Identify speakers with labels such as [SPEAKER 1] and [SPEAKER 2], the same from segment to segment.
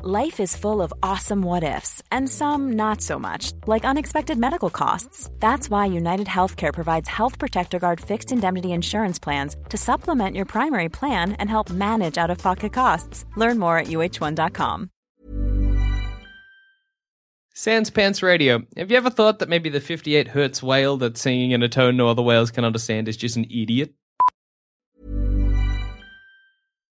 [SPEAKER 1] Life is full of awesome what ifs and some not so much, like unexpected medical costs. That's why United Healthcare provides Health Protector Guard fixed indemnity insurance plans to supplement your primary plan and help manage out of pocket costs. Learn more at uh1.com.
[SPEAKER 2] Sans Pants Radio. Have you ever thought that maybe the 58 hertz whale that's singing in a tone no other whales can understand is just an idiot?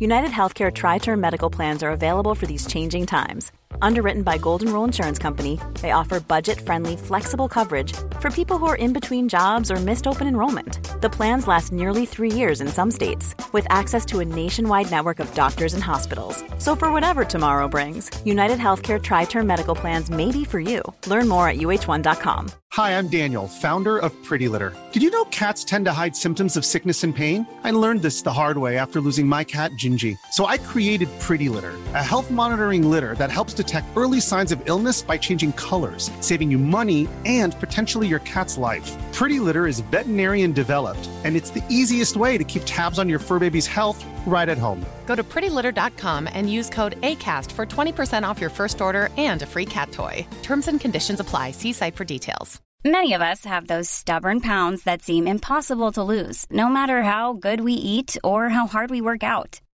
[SPEAKER 1] United Healthcare Tri Term Medical Plans are available for these changing times. Underwritten by Golden Rule Insurance Company, they offer budget friendly, flexible coverage for people who are in between jobs or missed open enrollment. The plans last nearly three years in some states, with access to a nationwide network of doctors and hospitals. So, for whatever tomorrow brings, United Healthcare Tri Term Medical Plans may be for you. Learn more at uh1.com.
[SPEAKER 3] Hi, I'm Daniel, founder of Pretty Litter. Did you know cats tend to hide symptoms of sickness and pain? I learned this the hard way after losing my cat, Gingy. So I created Pretty Litter, a health monitoring litter that helps detect early signs of illness by changing colors, saving you money and potentially your cat's life. Pretty Litter is veterinarian developed, and it's the easiest way to keep tabs on your fur baby's health right at home.
[SPEAKER 4] Go to prettylitter.com and use code ACAST for 20% off your first order and a free cat toy. Terms and conditions apply. See site for details.
[SPEAKER 5] Many of us have those stubborn pounds that seem impossible to lose, no matter how good we eat or how hard we work out.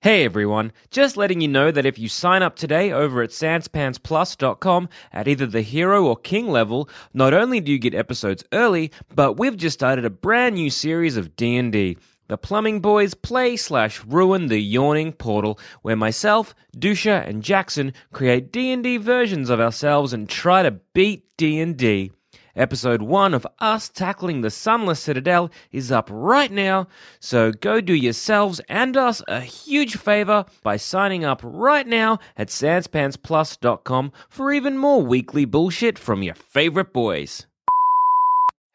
[SPEAKER 6] Hey everyone, just letting you know that if you sign up today over at sanspantsplus.com at either the hero or king level, not only do you get episodes early, but we've just started a brand new series of D&D. The Plumbing Boys play slash ruin the yawning portal, where myself, Dusha, and Jackson create D&D versions of ourselves and try to beat D&D. Episode 1 of us tackling the Sunless Citadel is up right now, so go do yourselves and us a huge favor by signing up right now at sanspantsplus.com for even more weekly bullshit from your favorite boys.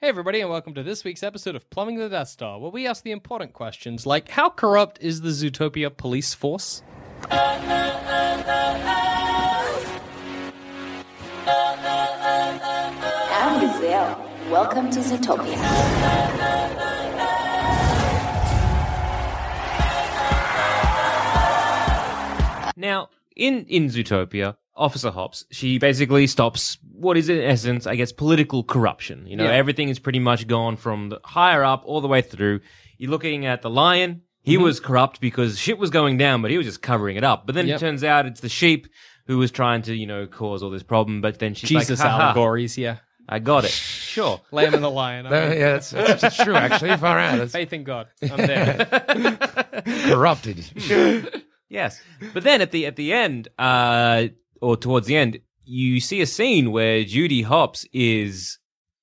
[SPEAKER 2] Hey everybody, and welcome to this week's episode of Plumbing the Death Star, where we ask the important questions like how corrupt is the Zootopia police force?
[SPEAKER 7] I'm Gazelle. Welcome to Zootopia.
[SPEAKER 6] Now, in in Zootopia, Officer Hops, she basically stops what is in essence, I guess, political corruption. You know,
[SPEAKER 2] Yeah.
[SPEAKER 6] everything is pretty much gone from the higher up all the way through. You're looking at the lion.
[SPEAKER 2] Mm-hmm.
[SPEAKER 6] He was corrupt because shit was going down, but he was just covering it up. But then
[SPEAKER 2] Yep.
[SPEAKER 6] it turns out it's the sheep who was trying to, you know, cause all this problem. But then she's
[SPEAKER 2] Jesus
[SPEAKER 6] like, "Ha, ha,
[SPEAKER 2] allegories, yeah.
[SPEAKER 6] I got it. Sure.
[SPEAKER 2] Lamb and the lion. I
[SPEAKER 8] No,
[SPEAKER 2] mean,
[SPEAKER 8] Uh, yeah, that's, that's, that's true, actually. Far out. That's
[SPEAKER 2] Faith in God. I'm there.
[SPEAKER 8] corrupted.
[SPEAKER 6] Yes. But then at the at the end, uh, or towards the end, you see a scene where Judy Hopps is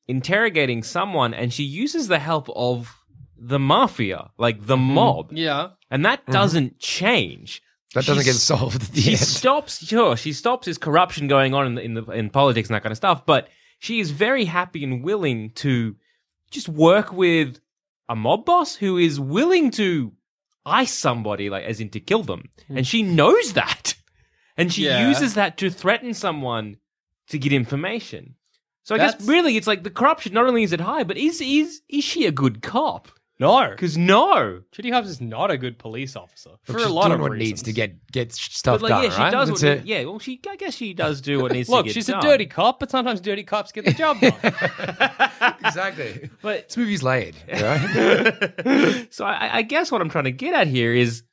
[SPEAKER 6] interrogating someone, and she uses the help of the mafia, like the mob,
[SPEAKER 2] yeah.
[SPEAKER 6] and that doesn't change.
[SPEAKER 8] That doesn't get
[SPEAKER 6] She's-
[SPEAKER 8] solved at the
[SPEAKER 6] She
[SPEAKER 8] end.
[SPEAKER 6] stops. Sure, she stops his corruption going on in the, in the in politics and that kind of stuff. But she is very happy and willing to just work with a mob boss who is willing to ice somebody, like as in to kill them, and she knows that, and she
[SPEAKER 2] Hmm. Yeah.
[SPEAKER 6] uses that to threaten someone to get information. So I guess
[SPEAKER 2] That's-
[SPEAKER 6] really, it's like the corruption. Not only is it high, but is is is she a good cop?
[SPEAKER 2] No.
[SPEAKER 6] Because no,
[SPEAKER 2] Judy Hobbs is not a good police officer for
[SPEAKER 8] Look,
[SPEAKER 2] a
[SPEAKER 8] she's
[SPEAKER 2] lot
[SPEAKER 8] doing
[SPEAKER 2] of
[SPEAKER 8] what
[SPEAKER 2] reasons.
[SPEAKER 8] needs to get get
[SPEAKER 6] but
[SPEAKER 8] stuff
[SPEAKER 6] like
[SPEAKER 8] done,
[SPEAKER 6] yeah, she
[SPEAKER 8] right?
[SPEAKER 6] does.
[SPEAKER 8] That's
[SPEAKER 6] What,
[SPEAKER 8] it.
[SPEAKER 6] yeah, well, she I guess she does do what needs
[SPEAKER 2] Look,
[SPEAKER 6] to get
[SPEAKER 2] she's
[SPEAKER 6] done.
[SPEAKER 2] a dirty cop, but sometimes dirty cops get the job done.
[SPEAKER 8] Exactly.
[SPEAKER 6] But
[SPEAKER 8] This movie's layered, right?
[SPEAKER 6] so I, I guess what I'm trying to get at here is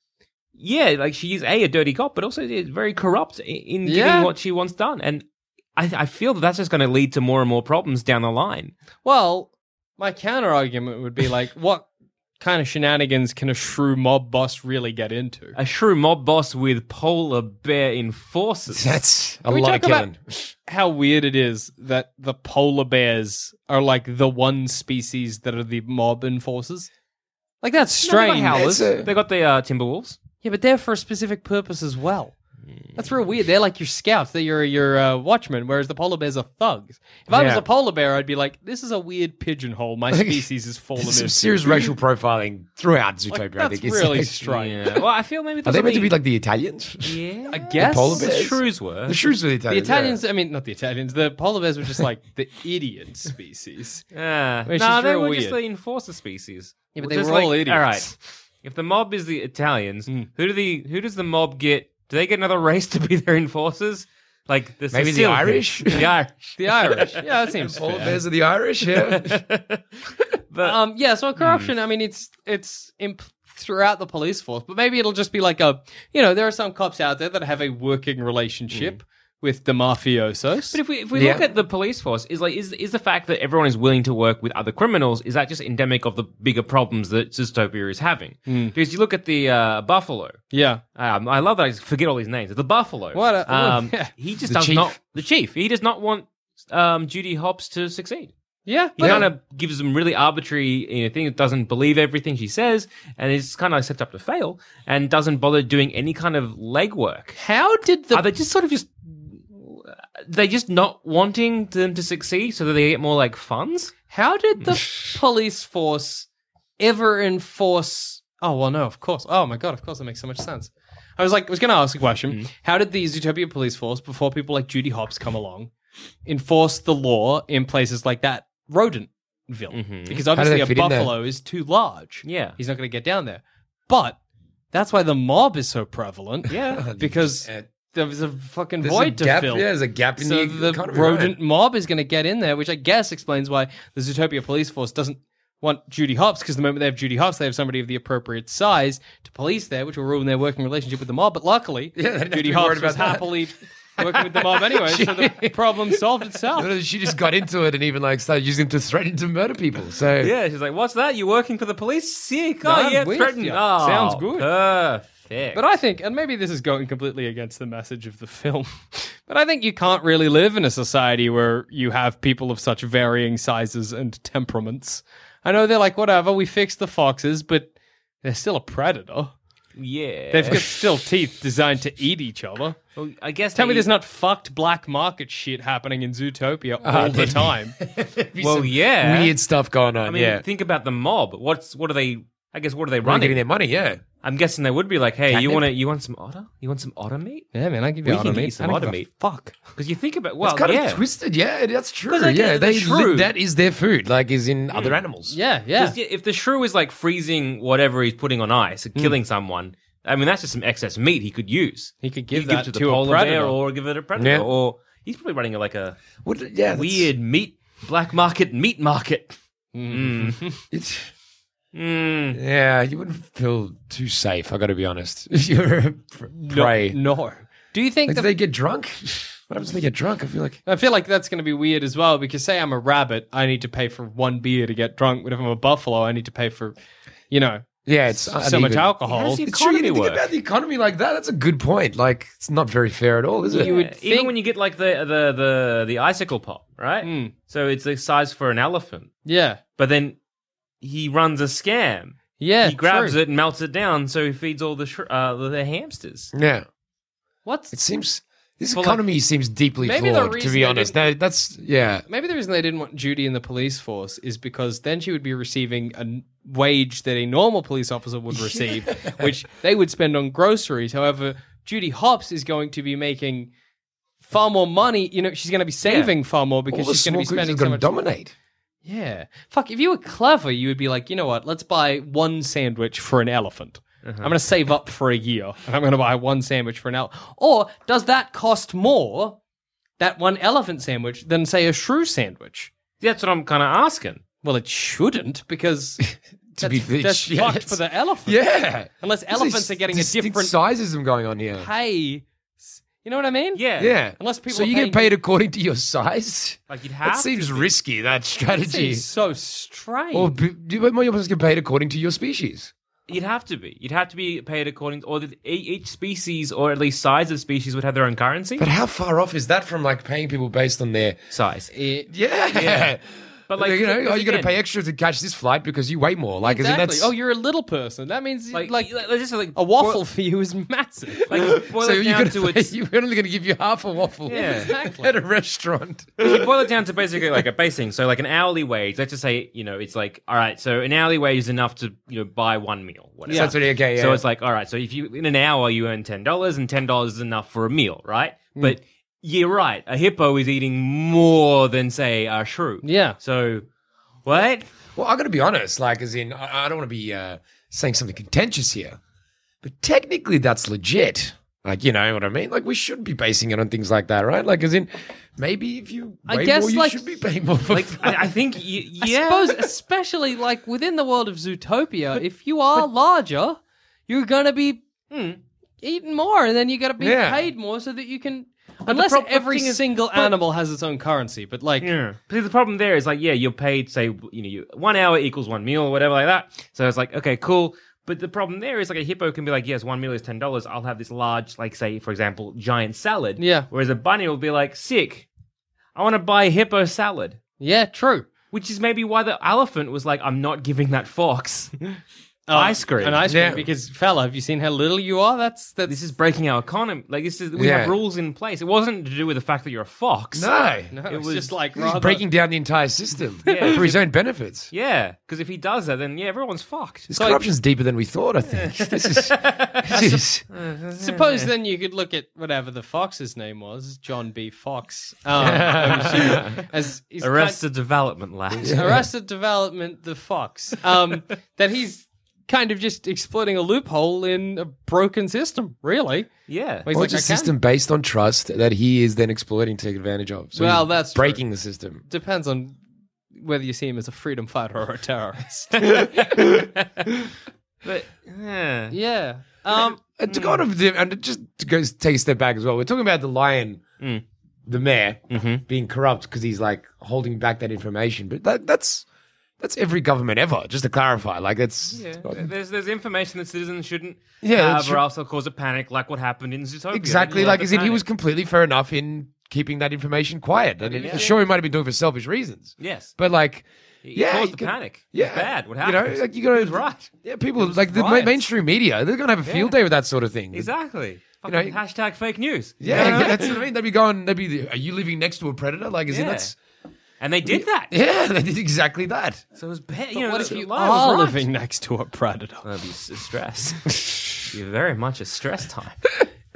[SPEAKER 6] yeah, like she is a a dirty cop, but also is very corrupt i- in getting
[SPEAKER 2] Yeah.
[SPEAKER 6] what she wants done. And I, I feel that that's just going to lead to more and more problems down the line.
[SPEAKER 2] Well, my counter argument would be like, what kind of shenanigans can a shrew mob boss really get into?
[SPEAKER 6] A shrew mob boss with polar bear enforcers.
[SPEAKER 8] That's a
[SPEAKER 2] Can we
[SPEAKER 8] lot of
[SPEAKER 2] talk
[SPEAKER 8] killing.
[SPEAKER 2] about How weird it is that the polar bears are like the one species that are the mob enforcers. Like that's
[SPEAKER 6] No, they've got
[SPEAKER 2] strange.
[SPEAKER 6] howlers.
[SPEAKER 8] It's a-
[SPEAKER 6] They got the uh, Timberwolves.
[SPEAKER 2] yeah, but they're for a specific purpose as well. That's real weird. They're like your scouts. They're your your uh, watchmen. Whereas the polar bears are thugs. If I was
[SPEAKER 8] Yeah.
[SPEAKER 2] a polar bear, I'd be like, "This is a weird pigeonhole. My species is fallen
[SPEAKER 8] There's some
[SPEAKER 2] into."
[SPEAKER 8] serious racial profiling throughout Zootopia.
[SPEAKER 2] Like,
[SPEAKER 8] I
[SPEAKER 2] that's
[SPEAKER 8] think It's
[SPEAKER 2] really
[SPEAKER 8] actually-
[SPEAKER 2] strange.
[SPEAKER 6] Yeah. Well, I feel maybe
[SPEAKER 8] Are
[SPEAKER 6] that's
[SPEAKER 8] they meant to be like the Italians?
[SPEAKER 6] Yeah,
[SPEAKER 2] I guess
[SPEAKER 8] polar
[SPEAKER 6] the
[SPEAKER 8] bears?
[SPEAKER 6] shrews were.
[SPEAKER 8] the shrews are the
[SPEAKER 2] The
[SPEAKER 6] uh,
[SPEAKER 8] Italians. yeah.
[SPEAKER 2] Italians, I mean, not the Italians. The polar bears were just like the idiot species.
[SPEAKER 6] Yeah.
[SPEAKER 2] Which
[SPEAKER 6] no,
[SPEAKER 2] is
[SPEAKER 6] they
[SPEAKER 2] real
[SPEAKER 6] were just
[SPEAKER 2] weird.
[SPEAKER 6] the enforcer species.
[SPEAKER 2] Yeah, but
[SPEAKER 6] Which
[SPEAKER 2] they
[SPEAKER 6] is
[SPEAKER 2] were all idiots.
[SPEAKER 6] All right. If the mob is the Italians, who do the who does the mob get? Do they get another race to be their enforcers? Like the
[SPEAKER 8] Maybe the
[SPEAKER 6] Sicilians?
[SPEAKER 8] Irish?
[SPEAKER 6] the Irish.
[SPEAKER 2] The Irish. Yeah, that seems fair.
[SPEAKER 8] Polar bears are the Irish. Yeah.
[SPEAKER 6] But Hmm.
[SPEAKER 2] Um, yeah, so corruption, I mean, it's it's imp- throughout the police force, but maybe it'll just be like a, you know, there are some cops out there that have a working relationship with the mafiosos.
[SPEAKER 6] Hmm. But if we if we
[SPEAKER 8] Yeah.
[SPEAKER 6] look at the police force, is like is is the fact that everyone is willing to work with other criminals is that just endemic of the bigger problems that Dystopia is having? Because you look at the uh, Buffalo.
[SPEAKER 2] yeah.
[SPEAKER 6] Um, I love that I just forget all these names. The Buffalo.
[SPEAKER 2] What a-
[SPEAKER 6] um,
[SPEAKER 2] yeah.
[SPEAKER 6] He just
[SPEAKER 8] The
[SPEAKER 6] does
[SPEAKER 8] chief.
[SPEAKER 6] not the chief. He does not want um, Judy Hopps to succeed.
[SPEAKER 2] Yeah.
[SPEAKER 6] He kind of gives them really arbitrary you know, thing. Doesn't believe everything she says, and is kind of set up to fail, and doesn't bother doing any kind of legwork
[SPEAKER 2] How did the.
[SPEAKER 6] are they just sort of just they just not wanting them to succeed so that they get more like funds?
[SPEAKER 2] How did the police force ever enforce? Oh well, no, of course. Oh my god, of course that makes so much sense. I was like, I was going to ask a question. How did the Zootopia police force, before people like Judy Hopps come along, enforce the law in places like that rodent ville? Because
[SPEAKER 8] do
[SPEAKER 2] obviously
[SPEAKER 8] they
[SPEAKER 2] a
[SPEAKER 8] fit in there?
[SPEAKER 2] buffalo is too large.
[SPEAKER 6] Yeah.
[SPEAKER 2] he's not going to get down there. But that's why the mob is so prevalent.
[SPEAKER 6] Yeah.
[SPEAKER 2] because
[SPEAKER 8] Uh,
[SPEAKER 2] there was a fucking
[SPEAKER 8] There's a
[SPEAKER 2] void to
[SPEAKER 8] gap. Yeah,
[SPEAKER 2] fill
[SPEAKER 8] there's a gap in
[SPEAKER 2] so
[SPEAKER 8] the,
[SPEAKER 2] the
[SPEAKER 8] economy, right?
[SPEAKER 2] rodent mob is going to get in there, which I guess explains why the Zootopia police force doesn't want Judy Hopps because the moment they have Judy Hopps, they have somebody of the appropriate size to police there, which will ruin their working relationship with the mob. But luckily,
[SPEAKER 8] Yeah, they'd have to
[SPEAKER 2] Judy
[SPEAKER 8] be
[SPEAKER 2] Hopps
[SPEAKER 8] worried
[SPEAKER 2] was
[SPEAKER 8] about that.
[SPEAKER 2] happily working with the mob anyway, so the problem solved
[SPEAKER 8] No,
[SPEAKER 2] itself.
[SPEAKER 8] no, She just got into it and even like started using it to threaten to murder people. So
[SPEAKER 6] Yeah, she's like, "What's that? You working for the police? Sick! Oh,
[SPEAKER 2] I'm
[SPEAKER 6] yeah,
[SPEAKER 2] with
[SPEAKER 6] threatened.
[SPEAKER 2] ya.
[SPEAKER 6] Oh,
[SPEAKER 2] Sounds good.
[SPEAKER 6] Perfect.
[SPEAKER 2] But I think, and maybe this is going completely against the message of the film, but I think you can't really live in a society where you have people of such varying sizes and temperaments. I know they're like, whatever, we fixed the foxes, but they're still a predator.
[SPEAKER 6] yeah,
[SPEAKER 2] They've got still teeth designed to eat each other.
[SPEAKER 6] Well, I guess
[SPEAKER 2] Tell me
[SPEAKER 6] they-
[SPEAKER 2] there's not fucked black market shit happening in Zootopia
[SPEAKER 8] Uh,
[SPEAKER 2] all the time.
[SPEAKER 6] Well, yeah.
[SPEAKER 8] weird stuff going on.
[SPEAKER 6] I mean,
[SPEAKER 8] yeah,
[SPEAKER 6] think about the mob. What's what are they? I guess what are they
[SPEAKER 8] running
[SPEAKER 6] running?
[SPEAKER 8] getting their money. Yeah,
[SPEAKER 6] I'm guessing they would be like, "Hey, you
[SPEAKER 8] Catnip?
[SPEAKER 6] want to? You want some otter? You want some otter meat?
[SPEAKER 2] yeah, man, I give
[SPEAKER 6] We
[SPEAKER 2] you
[SPEAKER 6] can
[SPEAKER 2] auto
[SPEAKER 6] get you
[SPEAKER 2] meat.
[SPEAKER 6] some
[SPEAKER 2] I don't
[SPEAKER 6] otter
[SPEAKER 2] give a
[SPEAKER 6] meat.
[SPEAKER 2] Fuck.
[SPEAKER 6] Because you think about well,
[SPEAKER 8] it's kind
[SPEAKER 6] yeah,
[SPEAKER 8] of twisted. Yeah, that's true.
[SPEAKER 6] 'Cause I guess
[SPEAKER 8] Yeah,
[SPEAKER 6] the
[SPEAKER 8] they
[SPEAKER 6] shrew-
[SPEAKER 8] that is their food, like is in other animals.
[SPEAKER 2] Yeah, yeah.
[SPEAKER 6] 'Cause yeah, if the shrew is like freezing whatever he's putting on ice
[SPEAKER 2] Hmm.
[SPEAKER 6] and killing someone, I mean that's just some excess meat he could use.
[SPEAKER 2] He could give
[SPEAKER 6] He'd
[SPEAKER 2] that
[SPEAKER 6] it
[SPEAKER 2] to a
[SPEAKER 6] polar bear
[SPEAKER 2] predator.
[SPEAKER 6] or give it a predator,
[SPEAKER 8] Yeah.
[SPEAKER 6] or he's probably running like a
[SPEAKER 8] What, yeah, that's-
[SPEAKER 6] weird meat black market meat market. Mm.
[SPEAKER 8] It's,
[SPEAKER 6] Mm.
[SPEAKER 8] yeah, you wouldn't feel too safe. I got to be honest. If you're a pr- prey,
[SPEAKER 2] No. Do you think
[SPEAKER 8] like,
[SPEAKER 2] the
[SPEAKER 8] do they get drunk? What happens if they get drunk? I feel like
[SPEAKER 2] I feel like that's going to be weird as well because say I'm a rabbit, I need to pay for one beer to get drunk. But if I'm a buffalo, I need to pay for, you know,
[SPEAKER 8] yeah, it's
[SPEAKER 2] so much
[SPEAKER 8] uneven.
[SPEAKER 2] alcohol.
[SPEAKER 6] does the
[SPEAKER 8] It's true. You
[SPEAKER 6] economy
[SPEAKER 8] didn't think
[SPEAKER 6] work?
[SPEAKER 8] about the economy like that. That's a good point. Like, it's not very fair at all, is it?
[SPEAKER 2] You would
[SPEAKER 6] Even
[SPEAKER 2] think-
[SPEAKER 6] when you get like the the the, the icicle pop, right?
[SPEAKER 2] Mm.
[SPEAKER 6] So it's the size for an elephant,
[SPEAKER 2] Yeah,
[SPEAKER 6] but then he runs a scam.
[SPEAKER 2] yeah.
[SPEAKER 6] he grabs
[SPEAKER 2] true.
[SPEAKER 6] it and melts it down, so he feeds all the sh- uh, the hamsters.
[SPEAKER 8] Yeah,
[SPEAKER 2] What's
[SPEAKER 8] it seems this
[SPEAKER 6] Well, like-
[SPEAKER 8] economy seems deeply
[SPEAKER 2] Maybe the
[SPEAKER 8] flawed. To
[SPEAKER 2] reason they
[SPEAKER 8] be honest, that, that's yeah.
[SPEAKER 2] maybe the reason they didn't want Judy in the police force is because then she would be receiving a n- wage that a normal police officer would receive, which they would spend on groceries. However, Judy Hopps is going to be making far more money. You know, she's going to be saving far more because
[SPEAKER 8] All the
[SPEAKER 2] she's going to
[SPEAKER 8] small
[SPEAKER 2] be
[SPEAKER 8] groups are
[SPEAKER 2] spending so
[SPEAKER 8] going to
[SPEAKER 2] much.
[SPEAKER 8] dominate.
[SPEAKER 2] Yeah. Fuck, if you were clever, you would be like, you know what? Let's buy one sandwich for an elephant.
[SPEAKER 6] Uh-huh.
[SPEAKER 2] I'm going to save up for a year and I'm going to buy one sandwich for an elephant. Or does that cost more, that one elephant sandwich, than, say, a shrew sandwich?
[SPEAKER 6] That's what I'm kind of asking.
[SPEAKER 2] Well, it shouldn't because
[SPEAKER 8] to
[SPEAKER 2] That's,
[SPEAKER 8] be the
[SPEAKER 2] that's
[SPEAKER 8] shit.
[SPEAKER 2] fucked for the elephant.
[SPEAKER 8] Yeah.
[SPEAKER 2] Unless
[SPEAKER 8] There's
[SPEAKER 2] elephants are getting a
[SPEAKER 8] distinct
[SPEAKER 2] different
[SPEAKER 8] sizism going on here.
[SPEAKER 2] pay. s- You know what I mean?
[SPEAKER 6] Yeah.
[SPEAKER 8] Yeah.
[SPEAKER 2] Unless people
[SPEAKER 8] So
[SPEAKER 2] are
[SPEAKER 8] you
[SPEAKER 2] paying-
[SPEAKER 8] get paid according to your size?
[SPEAKER 6] Like you'd
[SPEAKER 8] That
[SPEAKER 6] have. to-
[SPEAKER 8] seems risky, that
[SPEAKER 2] It
[SPEAKER 8] strategy.
[SPEAKER 2] seems so strange.
[SPEAKER 6] Oh,
[SPEAKER 8] Or b- you might almost get paid according to your species.
[SPEAKER 6] You'd have to be. You'd have to be paid according, to, or the, e- each species, or at least size of species, would have their own currency.
[SPEAKER 8] But how far off is that from like paying people based on their
[SPEAKER 6] size.
[SPEAKER 8] Yeah.
[SPEAKER 6] But, like,
[SPEAKER 8] you know,
[SPEAKER 6] because
[SPEAKER 8] are you going to
[SPEAKER 6] again-
[SPEAKER 8] pay extra to catch this flight because you weigh more? Like,
[SPEAKER 2] exactly.
[SPEAKER 8] is
[SPEAKER 2] Oh,
[SPEAKER 8] that
[SPEAKER 2] you're a little person. That means like,
[SPEAKER 6] like, like, just like
[SPEAKER 2] a waffle for you is massive.
[SPEAKER 6] Boil, like boil
[SPEAKER 8] so
[SPEAKER 6] it
[SPEAKER 8] you're,
[SPEAKER 6] down
[SPEAKER 8] gonna
[SPEAKER 6] to
[SPEAKER 8] pay-
[SPEAKER 6] its. You
[SPEAKER 8] you're only going to give you half a waffle
[SPEAKER 6] Yeah.
[SPEAKER 2] Exactly.
[SPEAKER 8] at a restaurant.
[SPEAKER 6] boil it down to basically like a base thing. So like an hourly wage. Let's just say you know it's like all right. So an hourly wage is enough to you know buy one meal. Whatever.
[SPEAKER 8] That's what, okay, yeah.
[SPEAKER 6] So it's like, all right, so if you in an hour you earn ten dollars, and ten dollars is enough for a meal, right?
[SPEAKER 2] Mm.
[SPEAKER 6] But you're right, a hippo is eating more than say a shrew.
[SPEAKER 2] Yeah.
[SPEAKER 6] So what?
[SPEAKER 8] Well, I got to be honest. Like, as in, I, I don't want to be uh, saying something contentious here, but technically, that's legit. Like, you know what I mean? Like, we should be basing it on things like that, right? Like, as in, maybe if you
[SPEAKER 2] I
[SPEAKER 8] weigh
[SPEAKER 2] guess,
[SPEAKER 8] more, you
[SPEAKER 2] like-
[SPEAKER 8] should be paying more. For
[SPEAKER 6] Like I, I think y- yeah.
[SPEAKER 2] I suppose, especially like within the world of Zootopia, if you are larger, you're gonna be
[SPEAKER 6] Hmm.
[SPEAKER 2] eating more, and then you gotta be
[SPEAKER 8] Yeah.
[SPEAKER 2] paid more so that you can. Unless
[SPEAKER 6] prob- the
[SPEAKER 2] every
[SPEAKER 6] thing is-
[SPEAKER 2] single
[SPEAKER 6] but-
[SPEAKER 2] animal has its own currency, but like,
[SPEAKER 6] Yeah. Because the problem there is like, yeah, you're paid, say, you know, you, one hour equals one meal or whatever like that. So it's like, okay, cool. But the problem there is like a hippo can be like, yes, one meal is ten dollars. I'll have this large, like, say, for example, giant salad.
[SPEAKER 2] Yeah.
[SPEAKER 6] Whereas a bunny will be like, sick. I want to buy a hippo salad.
[SPEAKER 2] yeah, true.
[SPEAKER 6] Which is maybe why the elephant was like, I'm not giving that fox ice cream.
[SPEAKER 2] Oh, An ice cream,
[SPEAKER 8] Yeah.
[SPEAKER 2] because fella, have you seen how little you are? That's that's
[SPEAKER 6] this is breaking our economy. Like this is we
[SPEAKER 8] Yeah.
[SPEAKER 6] have rules in place. It wasn't to do with the fact that you're a fox.
[SPEAKER 8] no,
[SPEAKER 2] no,
[SPEAKER 6] it
[SPEAKER 2] it's
[SPEAKER 6] was-
[SPEAKER 2] just like
[SPEAKER 8] he's
[SPEAKER 2] rather,
[SPEAKER 8] breaking down the entire system
[SPEAKER 6] Yeah.
[SPEAKER 8] for his own benefits.
[SPEAKER 6] Yeah, because if he does that, then yeah, everyone's fucked.
[SPEAKER 8] This corruption's deeper than we thought. I think this is. This is
[SPEAKER 2] Suppose then you could look at whatever the fox's name was, John B. Fox, um, I'm assuming, as he's kind-
[SPEAKER 6] Arrested development, lad.
[SPEAKER 2] Arrested Development, the fox. Um, that he's kind of just exploiting a loophole in a broken system, really.
[SPEAKER 6] Yeah.
[SPEAKER 2] Well, he's
[SPEAKER 8] well,
[SPEAKER 2] like,
[SPEAKER 8] it's
[SPEAKER 2] "I can."
[SPEAKER 8] a system based on trust that he is then exploiting to take advantage of. So
[SPEAKER 2] Well,
[SPEAKER 8] he's
[SPEAKER 2] that's true.
[SPEAKER 8] breaking the system.
[SPEAKER 2] Depends on whether you see him as a freedom fighter or a terrorist.
[SPEAKER 6] But yeah.
[SPEAKER 2] yeah. Um,
[SPEAKER 8] And to go on a di- and just to go s- take a step back as well, we're talking about the lion,
[SPEAKER 2] Hmm.
[SPEAKER 8] the mayor
[SPEAKER 2] Mm-hmm.
[SPEAKER 8] being corrupt because he's like holding back that information. But that, that's that's every government ever. Just to clarify, like that's
[SPEAKER 6] There's there's information that citizens shouldn't
[SPEAKER 8] Yeah,
[SPEAKER 6] have,
[SPEAKER 8] that's
[SPEAKER 6] or
[SPEAKER 8] true.
[SPEAKER 6] else they'll cause a panic, like what happened in Zootopia.
[SPEAKER 8] exactly like
[SPEAKER 6] as
[SPEAKER 8] as if he was completely fair enough in keeping that information quiet. And sure, he might have been doing it for selfish reasons.
[SPEAKER 6] Yes.
[SPEAKER 8] but like. yeah,
[SPEAKER 6] caused
[SPEAKER 8] you
[SPEAKER 6] the
[SPEAKER 8] can-
[SPEAKER 6] panic. It was
[SPEAKER 8] Yeah,
[SPEAKER 6] bad. What
[SPEAKER 8] You
[SPEAKER 6] happened?
[SPEAKER 8] know, like you gotta
[SPEAKER 6] He was right.
[SPEAKER 8] Yeah, people like the ma-
[SPEAKER 6] riots.
[SPEAKER 8] mainstream media. They're gonna have a field day with that sort of thing.
[SPEAKER 6] Exactly.
[SPEAKER 8] You know,
[SPEAKER 6] Fucking hashtag fake news.
[SPEAKER 8] Yeah,
[SPEAKER 6] You know?
[SPEAKER 8] that's what I mean. They'd be going. They'd be. the- Are you living next to a predator? Like, is
[SPEAKER 6] Yeah.
[SPEAKER 8] it? That's
[SPEAKER 6] And they did that.
[SPEAKER 8] yeah. They did exactly that.
[SPEAKER 6] So it was bad. You know,
[SPEAKER 2] what if
[SPEAKER 6] the
[SPEAKER 2] you
[SPEAKER 6] lion was
[SPEAKER 2] are
[SPEAKER 6] right.
[SPEAKER 2] living next to a predator?
[SPEAKER 6] That'd be s- stress. You're very much a stress time.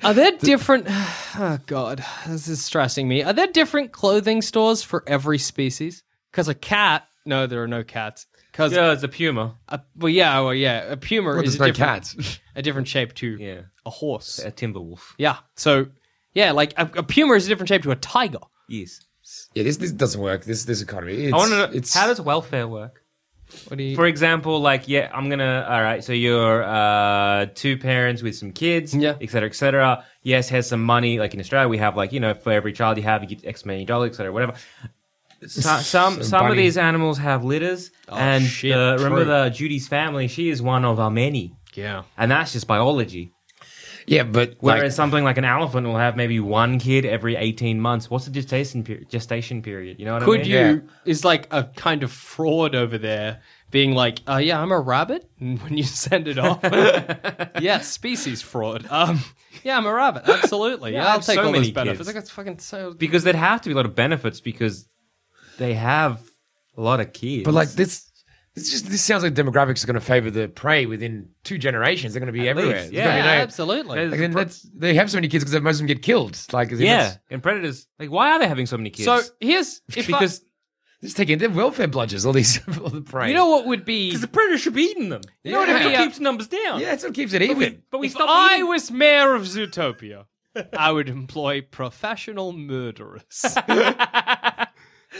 [SPEAKER 2] Are there different? Oh God, this is stressing me. Are there different clothing stores for every species? Because a cat? No, there are no cats. Because
[SPEAKER 6] yeah, it's a puma.
[SPEAKER 2] a, well, yeah, well, yeah, a puma
[SPEAKER 8] Well,
[SPEAKER 2] is
[SPEAKER 8] there's
[SPEAKER 2] a
[SPEAKER 8] no
[SPEAKER 2] different,
[SPEAKER 8] cats.
[SPEAKER 2] a different shape to
[SPEAKER 6] Yeah.
[SPEAKER 2] a horse.
[SPEAKER 6] A timber wolf.
[SPEAKER 2] Yeah. So, yeah, like a, a puma is a different shape to a tiger.
[SPEAKER 6] Yes.
[SPEAKER 8] yeah, this this doesn't work. This this economy. It's,
[SPEAKER 6] I want to know
[SPEAKER 8] It's,
[SPEAKER 6] how does welfare work?
[SPEAKER 2] What do you?
[SPEAKER 6] For example, like, yeah, I'm gonna, all right, so you're uh, two parents with some kids,
[SPEAKER 2] Yeah.
[SPEAKER 6] et cetera, et cetera. Yes, has some money. Like in Australia, we have, like, you know, for every child you have, you get X million dollars, et cetera, whatever. Some, some, some of
[SPEAKER 8] bunny.
[SPEAKER 6] these animals have litters. and
[SPEAKER 2] Oh, shit,
[SPEAKER 6] uh, remember
[SPEAKER 2] true.
[SPEAKER 6] the Judy's family, she is one of our many.
[SPEAKER 2] yeah.
[SPEAKER 6] And that's just biology.
[SPEAKER 8] yeah, but
[SPEAKER 6] Whereas
[SPEAKER 8] like,
[SPEAKER 6] something like an elephant will have maybe one kid every 18 months. What's the gestation period? Gestation period? You know what I mean?
[SPEAKER 2] Could you?
[SPEAKER 8] Yeah.
[SPEAKER 2] Is like a kind of fraud over there, being like, uh, yeah, I'm a rabbit. And when you send it off, yeah, species fraud. Um, yeah, I'm a rabbit. Absolutely.
[SPEAKER 6] Yeah,
[SPEAKER 2] Yeah,
[SPEAKER 6] I
[SPEAKER 2] I'll
[SPEAKER 6] have
[SPEAKER 2] take
[SPEAKER 6] so
[SPEAKER 2] all
[SPEAKER 6] many
[SPEAKER 2] those benefits.
[SPEAKER 6] kids.
[SPEAKER 2] Like, it's fucking so.
[SPEAKER 6] because there'd have to be a lot of benefits because they have a lot of kids.
[SPEAKER 8] but like this. It's just this sounds like demographics are going to favor the prey within two generations. They're going to be everywhere.
[SPEAKER 6] least,
[SPEAKER 8] There's gonna
[SPEAKER 2] yeah,
[SPEAKER 8] be no-
[SPEAKER 2] absolutely.
[SPEAKER 8] Like, then that's, they have so many kids because most of them get killed. Like, is it-
[SPEAKER 6] yeah,
[SPEAKER 8] that's-
[SPEAKER 6] and predators. Like, why are they having so many kids?
[SPEAKER 2] So here's if
[SPEAKER 6] because
[SPEAKER 2] because
[SPEAKER 8] just taking their welfare bludgers. All these, all the prey.
[SPEAKER 2] you know what would be
[SPEAKER 6] because the predator should be eating them. You know what I
[SPEAKER 2] Yeah.
[SPEAKER 6] mean?
[SPEAKER 2] Yeah.
[SPEAKER 6] It keeps numbers down.
[SPEAKER 8] Yeah, that's what keeps it even.
[SPEAKER 6] but we
[SPEAKER 2] if
[SPEAKER 6] stop
[SPEAKER 2] I
[SPEAKER 6] eating.
[SPEAKER 2] was mayor of Zootopia, I would employ professional murderers.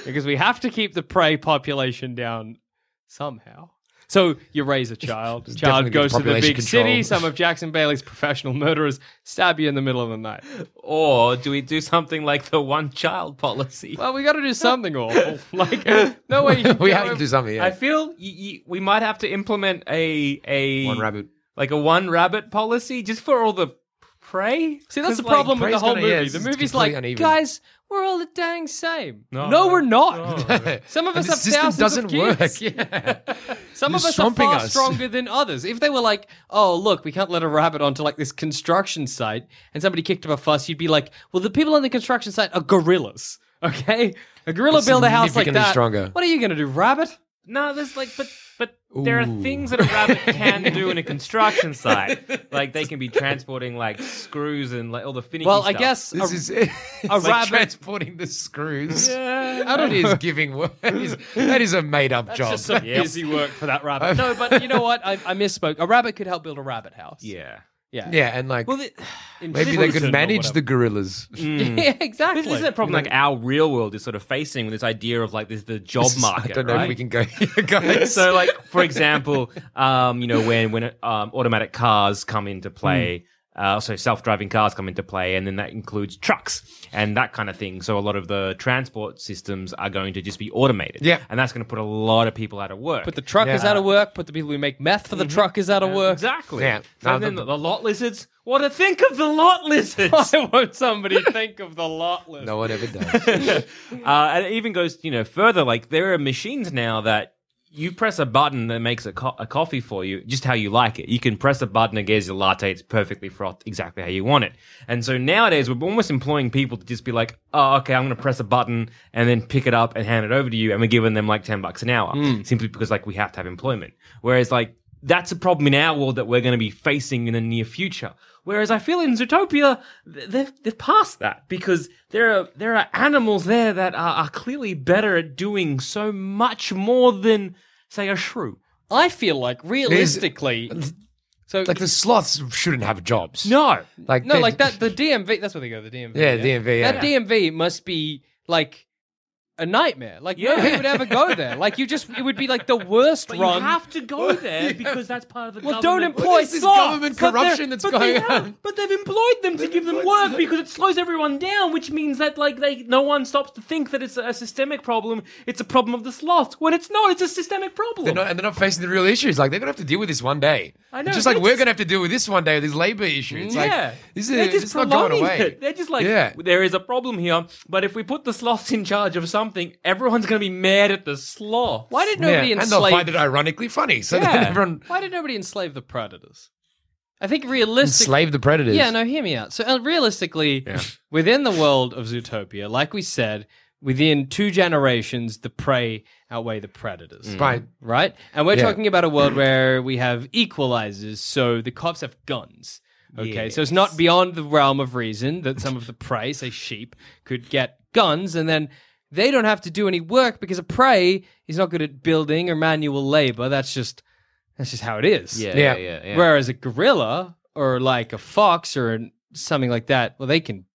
[SPEAKER 2] because we have to keep the prey population down somehow. So you raise a child.
[SPEAKER 8] definitely
[SPEAKER 2] child
[SPEAKER 8] good
[SPEAKER 2] goes to the
[SPEAKER 8] population
[SPEAKER 2] big
[SPEAKER 8] control.
[SPEAKER 2] city. Some of Jackson Bailey's professional murderers stab you in the middle of the night.
[SPEAKER 6] Or do we do something like the one child policy?
[SPEAKER 2] Well, uh, we got to do something awful. Like, no way. You
[SPEAKER 8] We
[SPEAKER 2] go
[SPEAKER 8] have to
[SPEAKER 2] over-
[SPEAKER 8] do something. Yeah.
[SPEAKER 6] I feel y y we might have to implement a a
[SPEAKER 8] One rabbit.
[SPEAKER 6] like a one rabbit policy just for all the prey.
[SPEAKER 2] See, that's the
[SPEAKER 6] 'Cause, like,
[SPEAKER 2] problem with the
[SPEAKER 8] praise
[SPEAKER 2] whole
[SPEAKER 8] God,
[SPEAKER 2] movie.
[SPEAKER 8] yeah,
[SPEAKER 2] the
[SPEAKER 8] it's
[SPEAKER 2] movie's
[SPEAKER 8] completely
[SPEAKER 2] like,
[SPEAKER 8] uneven.
[SPEAKER 2] guys, we're all the dang same. No,
[SPEAKER 6] No.
[SPEAKER 2] we're not. Some of us have
[SPEAKER 8] And this system
[SPEAKER 2] thousands
[SPEAKER 8] doesn't
[SPEAKER 2] of kids.
[SPEAKER 8] work. Yeah.
[SPEAKER 2] Some
[SPEAKER 8] You're
[SPEAKER 2] of us are
[SPEAKER 8] swamping
[SPEAKER 2] far
[SPEAKER 8] us.
[SPEAKER 2] stronger than others. If they were like, oh, look, we can't let a rabbit onto like this construction site and somebody kicked up a fuss, you'd be like, well, the people on the construction site are gorillas, okay? A gorilla
[SPEAKER 8] They're
[SPEAKER 2] build a house like
[SPEAKER 8] significantly
[SPEAKER 2] that.
[SPEAKER 8] stronger.
[SPEAKER 2] What are you going to do, rabbit?
[SPEAKER 6] No, there's like, but but there are
[SPEAKER 8] Ooh.
[SPEAKER 6] things that a rabbit can do in a construction site. Like they can be transporting like screws and like all the finicky.
[SPEAKER 2] Well, I
[SPEAKER 6] stuff.
[SPEAKER 2] guess
[SPEAKER 8] This
[SPEAKER 2] a-
[SPEAKER 8] is it. It's like
[SPEAKER 2] rabbit-
[SPEAKER 8] transporting the screws. Yeah, that is giving. wo- That is, that is a made-up job.
[SPEAKER 2] just some busy work for that rabbit. No, but you know what? I, I misspoke. A rabbit could help build a rabbit house.
[SPEAKER 6] Yeah.
[SPEAKER 2] yeah,
[SPEAKER 8] yeah, and like
[SPEAKER 6] Well, th-
[SPEAKER 2] In
[SPEAKER 8] maybe they
[SPEAKER 2] Britain or
[SPEAKER 8] could manage
[SPEAKER 2] whatever.
[SPEAKER 8] the gorillas.
[SPEAKER 2] yeah, exactly.
[SPEAKER 6] this is a problem like our real world is sort of facing with this idea of like this the job
[SPEAKER 8] This is-
[SPEAKER 6] market.
[SPEAKER 8] I don't know
[SPEAKER 6] right?
[SPEAKER 8] if we can go here, guys.
[SPEAKER 6] so like for example um you know when when um, automatic cars come into play
[SPEAKER 2] Hmm.
[SPEAKER 6] uh, so self-driving cars come into play and then that includes trucks and that kind of thing so a lot of the transport systems are going to just be automated
[SPEAKER 8] Yeah.
[SPEAKER 6] and that's going to put a lot of people out of work
[SPEAKER 2] Put the truckers
[SPEAKER 8] Yeah. Mm-hmm.
[SPEAKER 2] out of work. Put the people who make meth for the truckers out of work.
[SPEAKER 6] exactly
[SPEAKER 8] Yeah.
[SPEAKER 6] so
[SPEAKER 8] No,
[SPEAKER 6] then the,
[SPEAKER 8] the-
[SPEAKER 6] the lot lizards what to think of the lot lizards
[SPEAKER 2] Why won't somebody think of the lot list?
[SPEAKER 8] no one ever does.
[SPEAKER 6] Uh, and it even goes, you know, further. Like there are machines now that you press a button that makes a, co- a coffee for you, just how you like it. You can press a button and get your latte. It's perfectly frothed, exactly how you want it. And so nowadays, we're almost employing people to just be like, oh, okay, I'm going to press a button and then pick it up and hand it over to you, and we're giving them like ten bucks an hour simply because like we have to have employment. Whereas like that's a problem in our world that we're going to be facing in the near future. Whereas I feel in Zootopia, th- they've, they've passed that because there are, there are animals there that are, are clearly better at doing so much more than, say, a shrew.
[SPEAKER 2] I feel like realistically, so
[SPEAKER 8] like the sloths shouldn't have jobs.
[SPEAKER 6] No.
[SPEAKER 8] like
[SPEAKER 2] no,
[SPEAKER 8] they-
[SPEAKER 2] like that. The DMV. That's where they go. The DMV.
[SPEAKER 8] Yeah, DMV, yeah.
[SPEAKER 2] That DMV must be like a nightmare. Like nobody
[SPEAKER 6] Yeah.
[SPEAKER 2] would ever go there. Like you just, it would be like the worst
[SPEAKER 6] But
[SPEAKER 2] run.
[SPEAKER 6] you have to go there because that's part of the
[SPEAKER 2] Well, don't
[SPEAKER 6] government.
[SPEAKER 2] employ What is this sloths,
[SPEAKER 8] government but they're- corruption that's but they going have- on?
[SPEAKER 6] But they've employed them to give them work because it slows everyone down, which means that like they no one stops to think that it's a systemic problem. It's a problem of the sloth when it's not. It's a systemic problem.
[SPEAKER 8] They're not, and they're not facing the real issues. Like they're gonna have to deal with this one day.
[SPEAKER 6] I know,
[SPEAKER 8] Just like
[SPEAKER 6] they're
[SPEAKER 8] we're
[SPEAKER 6] just-
[SPEAKER 8] gonna have to deal with this one day, this labor issue. It's
[SPEAKER 6] yeah,
[SPEAKER 8] like this
[SPEAKER 6] they're
[SPEAKER 8] is
[SPEAKER 6] just
[SPEAKER 8] it's not going
[SPEAKER 6] prolonging
[SPEAKER 8] away.
[SPEAKER 6] It. They're just like,
[SPEAKER 8] Yeah.
[SPEAKER 6] there is a problem here, but if we put the sloths in charge of something, everyone's going to be mad at the sloth.
[SPEAKER 2] Why did nobody
[SPEAKER 8] and they'll
[SPEAKER 2] enslave?
[SPEAKER 8] find it ironically funny. So then
[SPEAKER 6] Yeah.
[SPEAKER 8] everyone
[SPEAKER 2] why did nobody enslave the predators? I think realistically,
[SPEAKER 8] enslave the predators.
[SPEAKER 2] Yeah, no, hear me out. So, uh, realistically, within the world of Zootopia, like we said, within two generations, the prey outweigh the predators.
[SPEAKER 8] Right.
[SPEAKER 2] Right? And we're
[SPEAKER 8] Yeah.
[SPEAKER 2] talking about a world where we have equalizers, so the cops have guns. Okay, so it's not beyond the realm of reason that some of the prey, say sheep, could get guns and then. They don't have to do any work because a prey is not good at building or manual labor. That's just that's just how it is.
[SPEAKER 8] Yeah.
[SPEAKER 2] Whereas a gorilla or like a fox or an- something like that, well, they can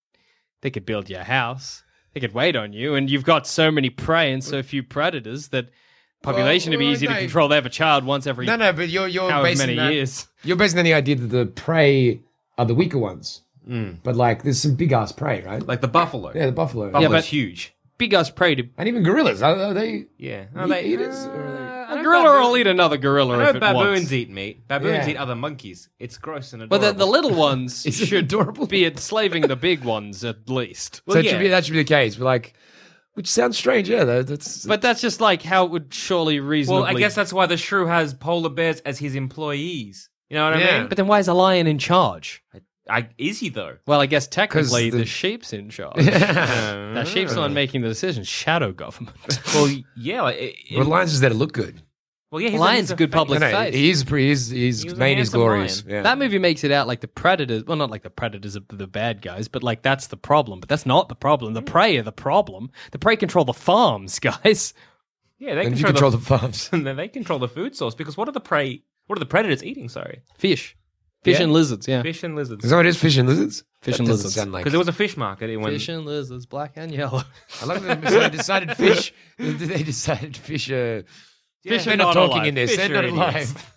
[SPEAKER 2] they could build your house. They could wait on you, and you've got so many prey and so few predators that population would be
[SPEAKER 8] well,
[SPEAKER 2] easy to
[SPEAKER 8] no.
[SPEAKER 2] control. They have a child once every
[SPEAKER 8] No, no, but you're you're
[SPEAKER 2] however
[SPEAKER 8] basing
[SPEAKER 2] many
[SPEAKER 8] that-
[SPEAKER 2] years.
[SPEAKER 8] You're basing on the idea that the prey are the weaker ones.
[SPEAKER 2] Mm.
[SPEAKER 8] But like there's some big ass prey, right?
[SPEAKER 6] Like the buffalo.
[SPEAKER 8] yeah, the buffalo.
[SPEAKER 6] Buffalo's
[SPEAKER 2] but-
[SPEAKER 6] huge.
[SPEAKER 2] Big ass prey to
[SPEAKER 8] And even gorillas. Are, are they
[SPEAKER 6] Yeah. Uh,
[SPEAKER 8] meat eaters? or are they-
[SPEAKER 2] a gorilla will eat another gorilla
[SPEAKER 6] I
[SPEAKER 2] if
[SPEAKER 6] know
[SPEAKER 2] it
[SPEAKER 6] baboons
[SPEAKER 2] wants.
[SPEAKER 6] eat meat. Baboons
[SPEAKER 8] Yeah.
[SPEAKER 6] eat other monkeys. It's gross and
[SPEAKER 2] But
[SPEAKER 6] adorable.
[SPEAKER 2] the, the little ones
[SPEAKER 8] Is it
[SPEAKER 2] should
[SPEAKER 8] adorable?
[SPEAKER 2] be enslaving the big ones at least.
[SPEAKER 8] so
[SPEAKER 6] Well,
[SPEAKER 8] it should
[SPEAKER 6] yeah.
[SPEAKER 8] be, that should be the case. But like, which sounds strange. Yeah, that, that's.
[SPEAKER 2] But that's just like how it would surely reasonably.
[SPEAKER 6] well, I guess that's why the shrew has polar bears as his employees. You know what I
[SPEAKER 8] Yeah.
[SPEAKER 6] mean?
[SPEAKER 2] But then why is a lion in charge?
[SPEAKER 6] I, is he though?
[SPEAKER 2] Well, I guess technically the,
[SPEAKER 8] the-
[SPEAKER 2] sheep's in charge. that sheep's the one making the decision. Shadow government.
[SPEAKER 6] Well, yeah. Like, it- it-
[SPEAKER 8] well, lions just there to look good.
[SPEAKER 6] well, yeah. he's
[SPEAKER 2] Lion's
[SPEAKER 6] he's
[SPEAKER 2] a good
[SPEAKER 6] fa-
[SPEAKER 2] public
[SPEAKER 8] No, no,
[SPEAKER 2] face.
[SPEAKER 8] he is. pre- He is. He's
[SPEAKER 6] He was a
[SPEAKER 8] mane is
[SPEAKER 6] handsome
[SPEAKER 8] glorious.
[SPEAKER 6] lion.
[SPEAKER 8] Yeah.
[SPEAKER 2] That movie makes it out like the predators. Well, not like the predators are the bad guys, but like that's the problem. But that's not the problem. The prey are the problem. The prey control the farms, guys.
[SPEAKER 6] Yeah, they
[SPEAKER 8] and if you
[SPEAKER 6] control,
[SPEAKER 8] control the
[SPEAKER 6] the,
[SPEAKER 8] farms.
[SPEAKER 6] and then they control the food source because what are the prey? What are the predators eating? Sorry,
[SPEAKER 2] Fish, fish
[SPEAKER 6] Yeah.
[SPEAKER 2] and lizards. Yeah,
[SPEAKER 6] fish and lizards.
[SPEAKER 8] Is that what it is? Fish and lizards.
[SPEAKER 2] Fish
[SPEAKER 8] That
[SPEAKER 2] and
[SPEAKER 8] doesn't
[SPEAKER 2] lizards.
[SPEAKER 8] Sound like.
[SPEAKER 6] Because there was a fish market. It went,
[SPEAKER 2] fish and lizards, black and yellow.
[SPEAKER 8] I love that they decided fish. they decided fish. Uh, Fish
[SPEAKER 6] Yeah.
[SPEAKER 8] are not
[SPEAKER 6] They're
[SPEAKER 8] talking
[SPEAKER 6] alive.
[SPEAKER 8] in this.
[SPEAKER 6] Fish
[SPEAKER 8] They're not
[SPEAKER 6] are idiots.
[SPEAKER 8] alive.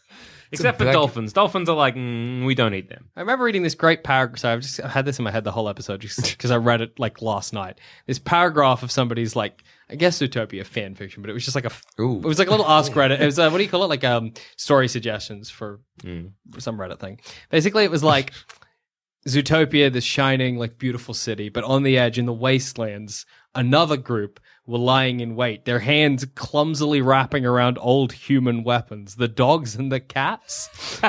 [SPEAKER 6] Except for
[SPEAKER 8] blanket.
[SPEAKER 6] dolphins. Dolphins are like, mm, we don't eat them.
[SPEAKER 2] I remember reading this great paragraph. Sorry, I've just I've had this in my head the whole episode just because I read it like last night. This paragraph of somebody's like, I guess Utopia fan fiction, but it was just like a, f-
[SPEAKER 8] Ooh.
[SPEAKER 2] it was like a little ask Reddit. It was uh, what do you call it? Like um, story suggestions for, for some Reddit thing. Basically, it was like Zootopia, this shining, like beautiful city, but on the edge in the wastelands, another group were lying in wait, their hands clumsily wrapping around old human weapons, the dogs and the cats.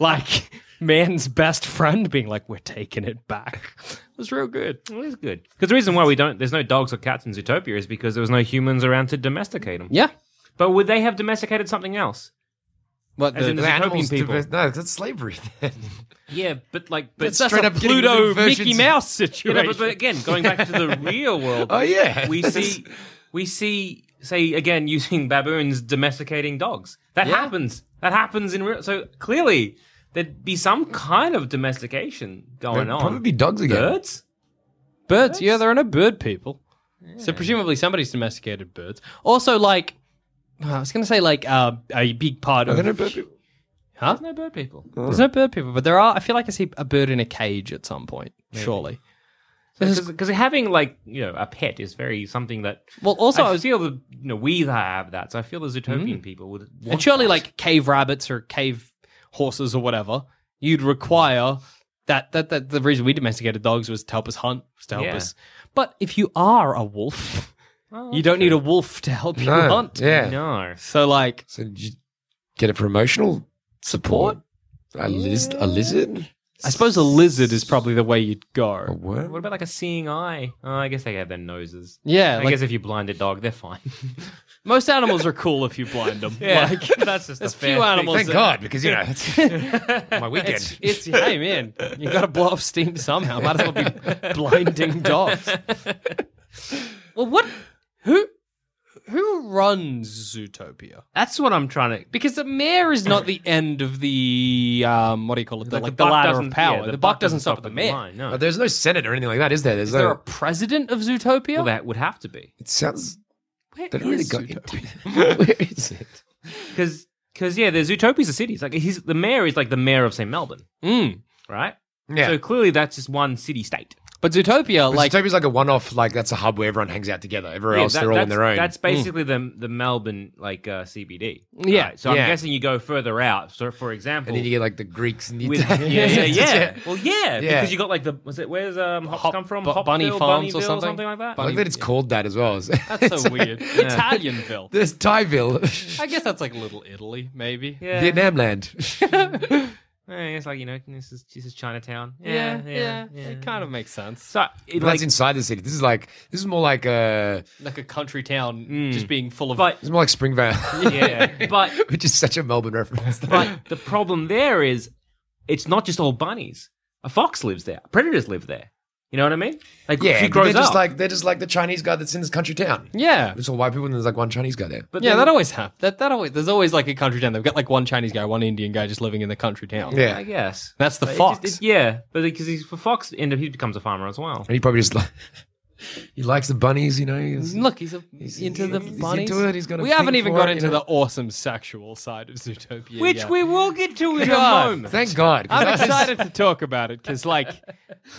[SPEAKER 2] like man's best friend being like, We're taking it back. It was real good.
[SPEAKER 6] Well, it's good. Because the reason why we don't, there's no dogs or cats in Zootopia is because there was no humans around to domesticate them.
[SPEAKER 2] Yeah.
[SPEAKER 6] But would they have domesticated something else?
[SPEAKER 2] But
[SPEAKER 6] As in
[SPEAKER 2] the,
[SPEAKER 6] the- Utopian
[SPEAKER 8] animals to-
[SPEAKER 6] people.
[SPEAKER 8] no, that's slavery. Then.
[SPEAKER 6] Yeah, but like, but
[SPEAKER 2] but that's
[SPEAKER 8] straight
[SPEAKER 2] a
[SPEAKER 8] up getting rid of
[SPEAKER 2] Pluto
[SPEAKER 8] versions
[SPEAKER 2] Mickey
[SPEAKER 8] of-
[SPEAKER 2] Mouse
[SPEAKER 6] You
[SPEAKER 2] situation.
[SPEAKER 6] know, but, but again, going back to the real world.
[SPEAKER 8] Oh, yeah.
[SPEAKER 6] we see, we see. Say again, using baboons domesticating dogs. That
[SPEAKER 8] Yeah.
[SPEAKER 6] happens. That happens in real. So clearly, there'd be some kind of domestication going
[SPEAKER 8] There'd
[SPEAKER 6] on.
[SPEAKER 8] probably be dogs again.
[SPEAKER 6] Birds.
[SPEAKER 2] Birds, yeah, they're in a bird people. So presumably somebody's domesticated birds. Also, like, I was going to say, like, uh, a big part
[SPEAKER 8] Are
[SPEAKER 2] of
[SPEAKER 8] there no bird people?
[SPEAKER 2] huh?
[SPEAKER 6] No bird people.
[SPEAKER 2] There's no bird people, but there are. I feel like I see a bird in a cage at some point. Surely. This is-
[SPEAKER 6] Because having like you know a pet is very something that.
[SPEAKER 2] well, also,
[SPEAKER 6] I,
[SPEAKER 2] I was Mm.
[SPEAKER 6] feel the you know we have that. So I feel the Utopian people would. want
[SPEAKER 2] And surely,
[SPEAKER 6] that.
[SPEAKER 2] like cave rabbits or cave horses or whatever, you'd require that, that. That the reason we domesticated dogs was to help us hunt, was to help
[SPEAKER 6] Yeah.
[SPEAKER 2] us. But if you are a wolf, you don't need a wolf to help you
[SPEAKER 8] No,
[SPEAKER 2] hunt.
[SPEAKER 8] yeah.
[SPEAKER 6] Oh, no.
[SPEAKER 2] So, like,
[SPEAKER 8] So did you get it for emotional support? A, liz- a lizard?
[SPEAKER 2] I suppose a lizard is probably the way you'd
[SPEAKER 8] A
[SPEAKER 2] go.
[SPEAKER 6] What
[SPEAKER 8] worm?
[SPEAKER 6] about like a seeing eye? Oh, I guess they have their noses.
[SPEAKER 2] Yeah,
[SPEAKER 6] I
[SPEAKER 2] like-
[SPEAKER 6] guess if you blind a dog, they're fine.
[SPEAKER 2] Most animals are cool if you blind them. Like,
[SPEAKER 6] that's just
[SPEAKER 2] there's
[SPEAKER 6] a
[SPEAKER 2] few animals.
[SPEAKER 8] Thank
[SPEAKER 2] that-
[SPEAKER 8] God, because, you know, it's my weekend.
[SPEAKER 2] It's, it's hey man, you got to blow off steam somehow. Might as well be blinding dogs. well, what? Who? Who runs Zootopia?
[SPEAKER 6] That's what I'm trying to.
[SPEAKER 2] Because the mayor is not the end of the um, what do you call it? The,
[SPEAKER 6] Like,
[SPEAKER 2] like, the,
[SPEAKER 6] the buck
[SPEAKER 2] ladder
[SPEAKER 6] doesn't-
[SPEAKER 2] of power.
[SPEAKER 6] yeah,
[SPEAKER 2] the, buck, doesn't stop at the mayor.
[SPEAKER 6] line, no.
[SPEAKER 8] But there's no senate or anything like that, is there? There's
[SPEAKER 2] Is
[SPEAKER 8] no,
[SPEAKER 2] there a president of Zootopia?
[SPEAKER 6] Well, that would have to be
[SPEAKER 8] It sounds.
[SPEAKER 2] Where
[SPEAKER 8] They don't really
[SPEAKER 2] is
[SPEAKER 8] go
[SPEAKER 2] Zootopia?
[SPEAKER 8] into it. Where is it?
[SPEAKER 6] because because yeah, there's Utopia's a city. It's like he's the mayor is like the mayor of St. Melbourne,
[SPEAKER 2] Mm.
[SPEAKER 6] right?
[SPEAKER 8] Yeah.
[SPEAKER 6] So clearly that's just one city state.
[SPEAKER 2] But Zootopia,
[SPEAKER 8] Like,
[SPEAKER 2] like
[SPEAKER 8] Utopia's like a one-off. Like that's a hub where everyone hangs out together. Everywhere
[SPEAKER 6] Yeah,
[SPEAKER 8] else,
[SPEAKER 6] that-
[SPEAKER 8] they're all on
[SPEAKER 6] that's-
[SPEAKER 8] their own. Hmm.
[SPEAKER 6] That's basically the the Melbourne like uh, CBD.
[SPEAKER 2] Yeah,
[SPEAKER 6] Right? So
[SPEAKER 8] yeah.
[SPEAKER 6] I'm guessing you go further out. So for example,
[SPEAKER 8] and then you get like the Greeks and the
[SPEAKER 6] with, yeah,
[SPEAKER 8] Italians.
[SPEAKER 6] yeah, yeah, Well, yeah,
[SPEAKER 8] Yeah.
[SPEAKER 6] because you got like the was it where's um hops
[SPEAKER 2] Hop-
[SPEAKER 6] come from?
[SPEAKER 2] Bu- Bunny
[SPEAKER 6] Hopville,
[SPEAKER 2] Farms or
[SPEAKER 6] Bunnyville,
[SPEAKER 2] something?
[SPEAKER 6] like that.
[SPEAKER 8] I like that it's called that as well.
[SPEAKER 2] that's so weird. Italianville.
[SPEAKER 8] There's Thaiville,
[SPEAKER 2] I guess that's like Little Italy, maybe.
[SPEAKER 6] Yeah.
[SPEAKER 8] Vietnam land.
[SPEAKER 6] Eh, it's like you know this is this is Chinatown.
[SPEAKER 2] Yeah, yeah, It kind of makes sense.
[SPEAKER 6] So it, like,
[SPEAKER 8] But that's inside the city. This is like this is more like uh
[SPEAKER 2] Like a country town just being full of.
[SPEAKER 6] but
[SPEAKER 8] this is more like Springvale,
[SPEAKER 6] yeah, but
[SPEAKER 8] which is such a Melbourne reference.
[SPEAKER 6] but the problem there is it's not just all bunnies. A fox lives there. Predators live there. You know what I mean? Like
[SPEAKER 8] yeah,
[SPEAKER 6] she
[SPEAKER 8] but
[SPEAKER 6] grows up.
[SPEAKER 8] they're just like they're just like the Chinese guy that's in this country town.
[SPEAKER 2] yeah.
[SPEAKER 8] There's all white people and there's like one Chinese guy there.
[SPEAKER 6] but
[SPEAKER 2] yeah,
[SPEAKER 6] then-
[SPEAKER 2] that always happens. That, that always there's always like a country town. They've got like one Chinese guy, one Indian guy, just living in the country town.
[SPEAKER 8] Yeah,
[SPEAKER 6] I
[SPEAKER 8] and
[SPEAKER 6] guess
[SPEAKER 2] That's the
[SPEAKER 6] But it
[SPEAKER 2] fox.
[SPEAKER 6] just- it- yeah, but because he's for fox, end up he becomes a farmer as well.
[SPEAKER 8] he probably just like he likes the bunnies, you know. he's-
[SPEAKER 2] Look, he's, a,
[SPEAKER 8] He's-
[SPEAKER 2] into
[SPEAKER 8] he's-
[SPEAKER 2] the
[SPEAKER 8] he's
[SPEAKER 2] bunnies.
[SPEAKER 8] into it. He's got a
[SPEAKER 2] we
[SPEAKER 8] thing
[SPEAKER 2] haven't even
[SPEAKER 8] for
[SPEAKER 2] got
[SPEAKER 8] it,
[SPEAKER 2] into
[SPEAKER 8] you know.
[SPEAKER 2] the awesome sexual side of Zootopia,
[SPEAKER 6] Which
[SPEAKER 2] yet.
[SPEAKER 6] we will get to in a
[SPEAKER 2] God.
[SPEAKER 6] moment.
[SPEAKER 8] Thank God. 'cause
[SPEAKER 2] I'm
[SPEAKER 8] I was-
[SPEAKER 2] excited to talk about it because like,